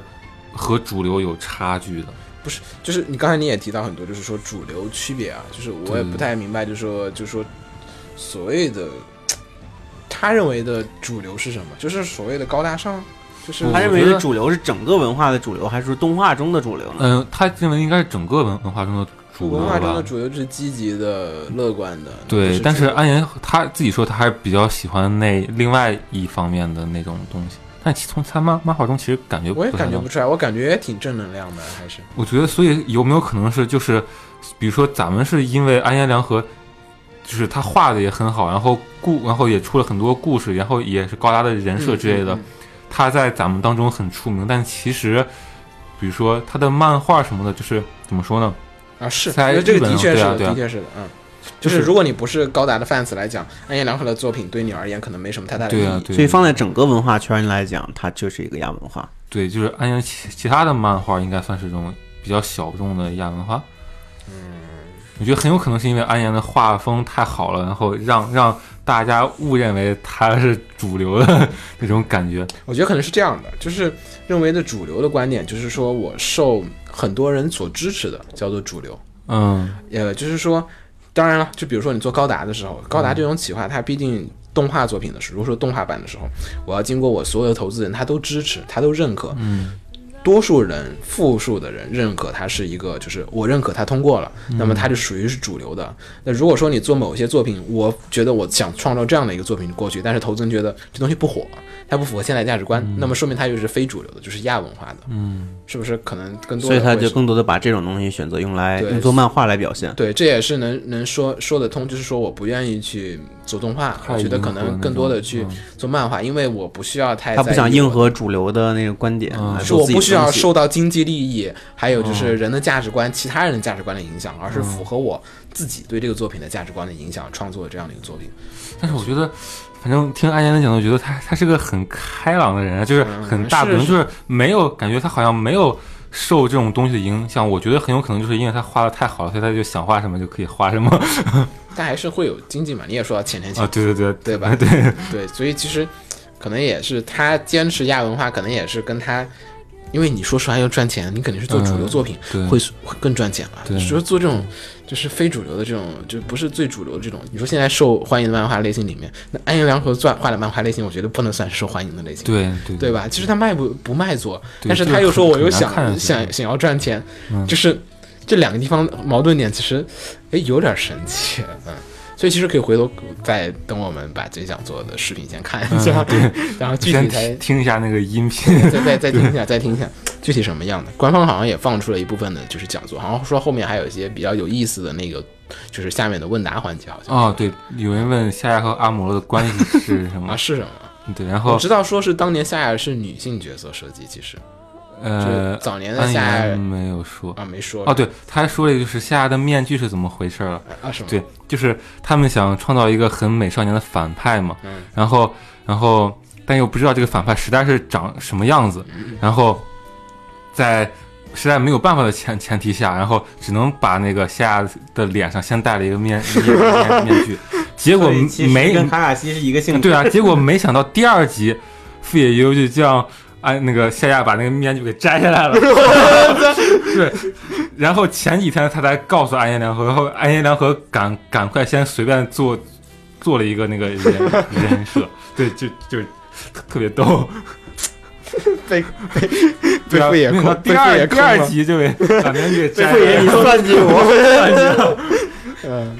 Speaker 3: 和主流有差距的。
Speaker 5: 就是你刚才你也提到很多，就是说主流区别啊，就是我也
Speaker 3: 对
Speaker 5: 不太明白，就是说就是说所谓的他认为的主流是什么？就是所谓的高大上，就是
Speaker 3: 不
Speaker 4: 他
Speaker 3: 是
Speaker 4: 认
Speaker 3: 我
Speaker 4: 为
Speaker 3: 觉
Speaker 4: 是
Speaker 3: 得
Speaker 4: 主流是整个文化的主流，还是说动画中的主流呢？
Speaker 3: 嗯、他认为应该是整个文文化中的主
Speaker 5: 文
Speaker 3: 流
Speaker 5: 化中的
Speaker 3: 吧。
Speaker 5: 主流就是积极的、乐观的。
Speaker 3: 对，
Speaker 5: 就
Speaker 3: 但是
Speaker 5: 这种
Speaker 3: 安彦他自己说他还是比较喜欢那另外一方面的那种东西，但其从他漫漫画中其实感觉
Speaker 5: 我也
Speaker 3: 不太
Speaker 5: 感觉
Speaker 3: 到
Speaker 5: 不出来，我感觉也挺正能量的，还是
Speaker 3: 我觉得，所以有没有可能是就是，比如说咱们是因为安彦良和，就是他画的也很好，然后故然后也出了很多故事，然后也是高达的人设之类的，
Speaker 5: 嗯嗯
Speaker 3: 他在咱们当中很出名，但其实，比如说他的漫画什么的，就是怎么说呢？
Speaker 5: 嗯啊，是，
Speaker 3: 在
Speaker 5: 因为这
Speaker 3: 日
Speaker 5: 个
Speaker 3: 本
Speaker 5: 的确是
Speaker 3: 对啊
Speaker 5: 的，
Speaker 3: 对啊
Speaker 5: 的确是的，嗯。就是如果你不是高达的 fans 来讲，暗夜良和的作品对你而言可能没什么太大的意
Speaker 3: 对
Speaker 5: 义。
Speaker 3: 啊，对啊，
Speaker 4: 所以放在整个文化圈来讲，它就是一个亚文化。
Speaker 3: 对，就是安彦其其他的漫画应该算是这种比较小众的亚文化。嗯，我觉得很有可能是因为安彦的画风太好了，然后让让大家误认为他是主流的 [laughs] 那种感觉。
Speaker 5: 我觉得可能是这样的，就是认为的主流的观点，就是说我受很多人所支持的叫做主流，
Speaker 3: 嗯，
Speaker 5: 呃，就是说，当然了，就比如说你做高达的时候，高
Speaker 4: 嗯
Speaker 5: 达这种企划，它毕竟动画作品的时候，如果说动画版的时候，我要经过我所有的投资人，他都支持，他都认可，
Speaker 3: 嗯，
Speaker 5: 多数人、复数的人认可它是一个，就是我认可它通过了，
Speaker 4: 嗯
Speaker 5: 那么它就属于是主流的。那如果说你做某些作品，我觉得我想创造这样的一个作品过去，但是投资人觉得这东西不火，它不符合现在价值
Speaker 4: 嗯
Speaker 5: 观，那么说明它就是非主流的，就是亚文化的，
Speaker 3: 嗯，
Speaker 5: 是不是？可能更多的
Speaker 4: 所以他
Speaker 5: 会
Speaker 4: 就是更多的把这种东西选择用来
Speaker 5: 对
Speaker 4: 用作漫画来表现。
Speaker 5: 对，这也是能能说说得通，就是说我不愿意去做动画，我觉得可能更多的去做漫画，因为我不需要太
Speaker 4: 嗯他不
Speaker 5: 在
Speaker 4: 想
Speaker 5: 意
Speaker 4: 迎
Speaker 5: 我
Speaker 4: 合主流的那种观点
Speaker 3: 嗯
Speaker 4: 来
Speaker 5: 是
Speaker 4: 做
Speaker 5: 我
Speaker 4: 自己
Speaker 5: 不
Speaker 4: 的
Speaker 5: 需要
Speaker 4: 东西嗯
Speaker 5: 受到经济利益，还有就是人的价值观、其他人的价值观的影响，而是符合我自己对这个作品的价值观的影响，创作这样的一个作品。
Speaker 3: 但是我觉得。反正听安彦的讲，我觉得他他是个很开朗的人，啊就是
Speaker 5: 嗯
Speaker 3: 很大
Speaker 5: 是
Speaker 3: 可能
Speaker 5: 是
Speaker 3: 就是没有感觉他好像没有受这种东西的影响。我觉得很有可能就是因为他画的太好了，所以他就想画什么就可以
Speaker 5: [laughs]
Speaker 3: 画什么
Speaker 5: 但还是会有经济嘛，你也说到钱钱
Speaker 3: 啊！
Speaker 5: 钱，
Speaker 3: 对对对
Speaker 5: 对吧
Speaker 3: 对，
Speaker 5: 对，所以其实可能也是他坚持亚文化，可能也是跟他，因为你说实话要赚钱，你肯定是做主流
Speaker 3: 嗯
Speaker 5: 作品，
Speaker 3: 对
Speaker 5: 会会更赚钱吧？
Speaker 3: 对
Speaker 5: 所以做这种就是非主流的这种，就不是最主流的这种。你说现在受欢迎的漫画类型里面，那安彦良和钻画的漫画类型，我觉得不能算是受欢迎的类型，
Speaker 3: 对对
Speaker 5: 对吧？其实他卖不不卖座，
Speaker 3: 对
Speaker 5: 但是
Speaker 3: 这
Speaker 5: 他
Speaker 3: 个
Speaker 5: 又
Speaker 3: 很
Speaker 5: 说我
Speaker 3: 很
Speaker 5: 又
Speaker 3: 难看上
Speaker 5: 想
Speaker 3: 去
Speaker 5: 想想要赚钱，
Speaker 3: 嗯
Speaker 5: 就是这两个地方矛盾点，其实哎有点神奇，嗯。所以其实可以回头再等我们把最想做的视频先看一下， [laughs] 然后具体
Speaker 3: 嗯先
Speaker 5: 才
Speaker 3: 听听一下那个音频。
Speaker 5: [laughs] 再再再听一下，再听一下具体什么样的。官方好像也放出了一部分的，就是讲座，好像说后面还有一些比较有意思的那个，就是下面的问答环节，好像
Speaker 3: 哦，对，有人问夏亚和阿姆罗的关系是什
Speaker 5: 啊
Speaker 3: 么？
Speaker 5: 是什么？
Speaker 3: [laughs] 对，然
Speaker 5: 我
Speaker 3: 后
Speaker 5: 知道说是当年夏亚是女性角色设计，其实就是
Speaker 3: 呃，
Speaker 5: 早年的
Speaker 3: 安
Speaker 5: 夏
Speaker 3: 然
Speaker 5: 亚
Speaker 3: 没有说。
Speaker 5: 啊没说
Speaker 3: 哦，对，他还说了一个就是夏亚的面具是怎么回事了。
Speaker 5: 啊什么
Speaker 3: 对，就是他们想创造一个很美少年的反派嘛，
Speaker 5: 嗯
Speaker 3: 然后然后但又不知道这个反派时代是长什么样子，
Speaker 4: 嗯
Speaker 3: 然后在实在没有办法的前 [laughs] 前提下，然后只能把那个夏亚的脸上先戴了一个面面面面具，结果
Speaker 4: 所以其实
Speaker 3: 没
Speaker 4: 跟卡卡西是一个性质。
Speaker 3: 对啊，结果没想到第二集，富野由悠就这样，哎，那个夏亚把那个面具给摘下来了。对，然后前几天他才告诉安彦良和，然后安彦良和赶赶快先随便做做了一个那个人人设，对，就就特特别逗。
Speaker 5: 被
Speaker 3: 对啊，
Speaker 5: 被富野
Speaker 3: 没想到
Speaker 5: 坑
Speaker 3: 第
Speaker 5: 被富
Speaker 3: 二
Speaker 5: 野
Speaker 3: 第
Speaker 5: 坑
Speaker 3: 二
Speaker 5: 了
Speaker 3: 集就被把面具给摘下
Speaker 4: 对
Speaker 3: 来
Speaker 4: 你
Speaker 3: 了。
Speaker 4: 算计
Speaker 3: [laughs]
Speaker 4: 我，
Speaker 5: 嗯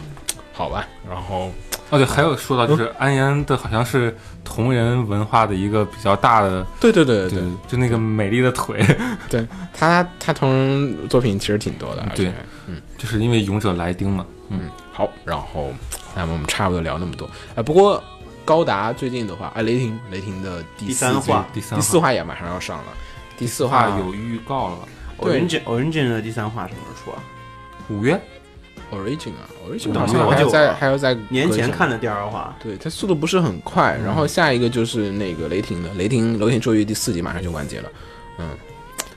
Speaker 5: 好吧，然后
Speaker 3: 哦，对，还有说到就是安彦的好像是同人文化的一个比较大的，
Speaker 5: 对对对对
Speaker 3: 对
Speaker 5: 对，，
Speaker 3: 就那个美丽的腿。
Speaker 5: 他他同人作品其实挺多的，而且
Speaker 3: 对就是因为勇者莱丁嘛。嗯，
Speaker 5: 嗯，好，然后那么我们差不多聊那么多。哎，不过高达最近的话，哎，雷霆雷霆的第
Speaker 4: 第
Speaker 5: 四
Speaker 4: 三
Speaker 5: 季
Speaker 4: 话
Speaker 3: 第三
Speaker 5: 第四话也马上要上了，第四话
Speaker 3: 话有预告了吧？
Speaker 5: 对
Speaker 4: Orange Orange 的第三话什么时候出啊？
Speaker 3: 五月
Speaker 5: Origin 啊，Origin
Speaker 4: 等
Speaker 5: 好
Speaker 4: 了
Speaker 5: 像
Speaker 4: 好
Speaker 5: 还要
Speaker 4: 久
Speaker 5: 在
Speaker 4: 啊
Speaker 5: 还要在
Speaker 4: 年前看的嗯第二话，
Speaker 5: 对，它速度不是很快。然后下一个就是那个雷霆的雷霆雷霆咒语第四集马上就完结了，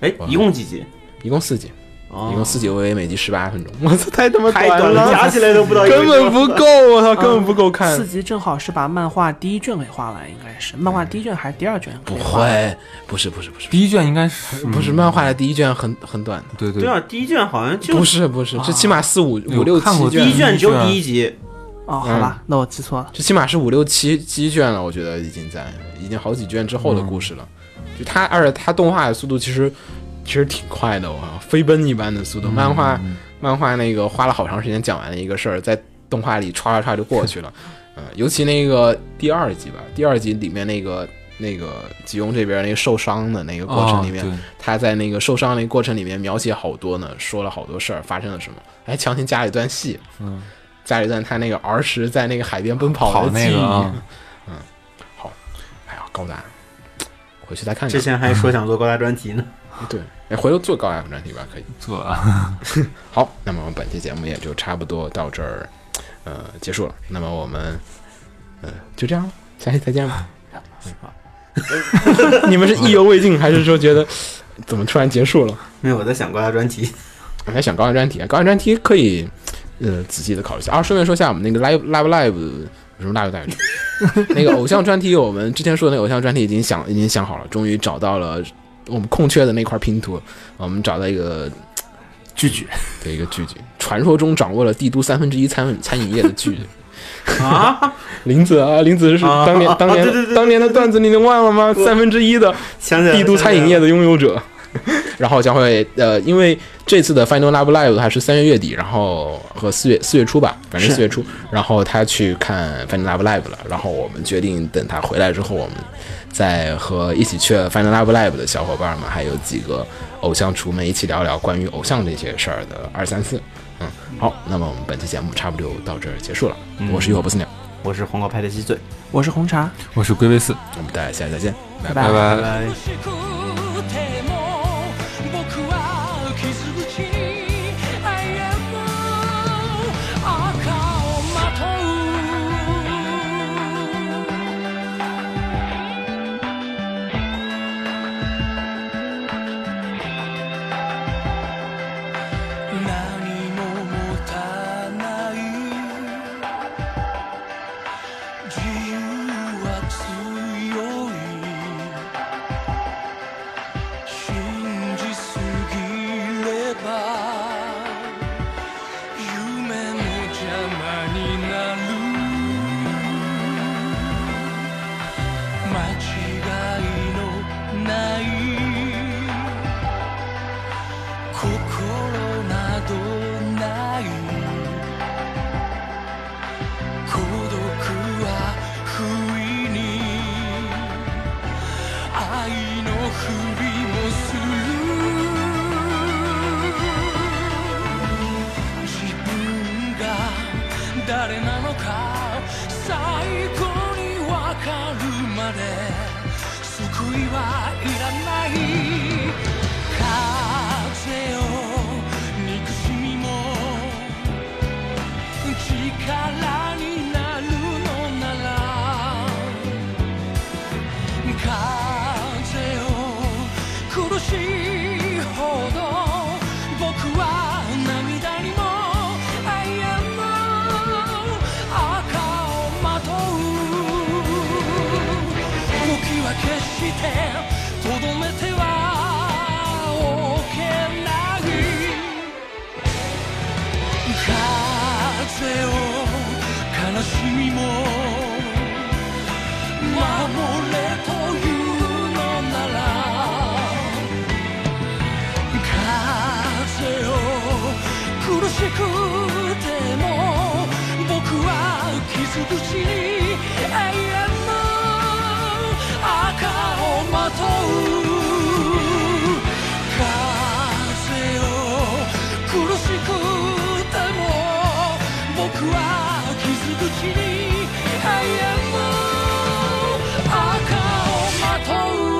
Speaker 4: 哎，一共几集？
Speaker 5: 一共四集。
Speaker 4: 哦
Speaker 5: 一共四集 OVA，每集十八分钟，我操，太他妈
Speaker 4: 太短
Speaker 5: 了，
Speaker 4: 加起来都不到一个
Speaker 8: 根本
Speaker 4: 钟
Speaker 8: 不够，
Speaker 5: 啊
Speaker 8: 我操，根本不够看
Speaker 3: 嗯
Speaker 6: 四。集正好是把漫画第一卷给画完，应该是漫画第一卷还是第二卷？
Speaker 5: 不，会，不是不是不是
Speaker 3: 第一卷应该
Speaker 4: 嗯
Speaker 3: 是
Speaker 5: 不是漫画的第一卷很很短的，
Speaker 3: 对对
Speaker 4: 对啊，第一卷好像就啊
Speaker 5: 不是不是，这起码四五
Speaker 3: 有
Speaker 5: 五六
Speaker 3: 哎看过
Speaker 5: 七
Speaker 4: 第一
Speaker 5: 卷，
Speaker 4: 卷只有第一集，
Speaker 6: 哦，好吧，那我记错了。
Speaker 5: 这起码是五六七七卷了，我觉得已经在已经好几卷之后的故事了。
Speaker 4: 嗯
Speaker 5: 就它，而且它动画的速度其实其实挺快的，我靠，飞奔一般的速度。漫画
Speaker 3: 嗯
Speaker 5: 漫画那个花了好长时间讲完了一个事儿，在动画里歘歘歘就过去了。嗯，尤其那个第二集吧，第二集里面那个那个吉翁这边那个受伤的那个过程里面，
Speaker 3: 哦
Speaker 5: 他在那个受伤那过程里面描写好多呢，说了好多事儿，发生了什么，还强行加了一段戏，
Speaker 3: 嗯，
Speaker 5: 加了一段他那个儿时在那个海边奔
Speaker 3: 哦对
Speaker 5: 跑
Speaker 3: 跑
Speaker 5: 的记
Speaker 3: 那
Speaker 5: 忆，
Speaker 3: 个啊，
Speaker 5: 哎呀，高达，回去再看
Speaker 4: 之
Speaker 5: 看。
Speaker 4: 前还说想做高达专题呢。
Speaker 5: 对，哎，回头做高达专题吧，可以。
Speaker 3: 做了。啊
Speaker 5: 好，那么我们本期节目也就差不多到这儿，呃，结束了。那么我们，呃，就这样了，下期再见吧。 [laughs] 你们是意犹未尽，还是说觉得怎么突然结束了？
Speaker 4: 没有，我在想高达专题。 [laughs]
Speaker 5: 我在想高端专题，啊，高端专题可以呃仔细的考虑一下。啊，顺便说一下，我们那个 live live live 什么 live live，那个偶像专题，我们之前说的那个偶像专题已经想已经想好了，终于找到了我们空缺的那块拼图，我们找到一个
Speaker 6: 拒绝
Speaker 5: 的一个聚集，传说中掌握了帝都三分之一餐餐饮业的聚集。
Speaker 4: 啊，
Speaker 5: [laughs] 林子啊，林子是
Speaker 4: 啊
Speaker 5: 当年、
Speaker 4: 啊
Speaker 5: 当年、
Speaker 4: 对对对
Speaker 5: 当年的段子，你能忘了吗？
Speaker 4: 我
Speaker 5: 三分之一的
Speaker 4: 想起来了
Speaker 5: 帝都餐饮业的拥有者。然后将会呃，因为这次的 Final Love Live 它是三月月底，然后和四月四月初吧，反正
Speaker 4: 是
Speaker 5: 四月初，然后他去看 Final Love Live 了，然后我们决定等他回来之后，我们再和一起去 Final Love Live 的小伙伴们，还有几个偶像厨们一起聊聊关于偶像这些事儿的二三四。嗯，好，那么我们本期节目差不多到这儿结束了，我是浴火不死鸟，
Speaker 4: 我是黄瓜派的鸡嘴，
Speaker 6: 我是红茶，
Speaker 3: [laughs] 我是龟龟四，
Speaker 5: 我们大家下期再见。
Speaker 6: 拜
Speaker 3: 拜。拜。
Speaker 4: 拜。
Speaker 7: 苦しくても僕は傷口 I am 赤をまとう何も持たない自由は強い信じすぎれば夢の邪魔になる間違いのない心などない孤独は不意に愛のふりもする自分が誰なのか最後にわかるまで救いはいらない風よ憎しみも力になるのなら風よ苦しいほど僕は涙にも I am 赤をまとう時は決してとどめてはおけない風よ悲しみも守れというのなら風よ苦しくても僕は傷口に永遠の赤をまとう風よ苦しくても僕は傷口に永遠の赤をまとう「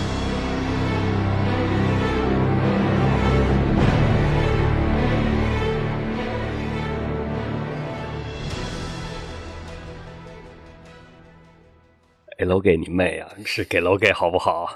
Speaker 1: 给楼给你妹啊，是给楼给好不好？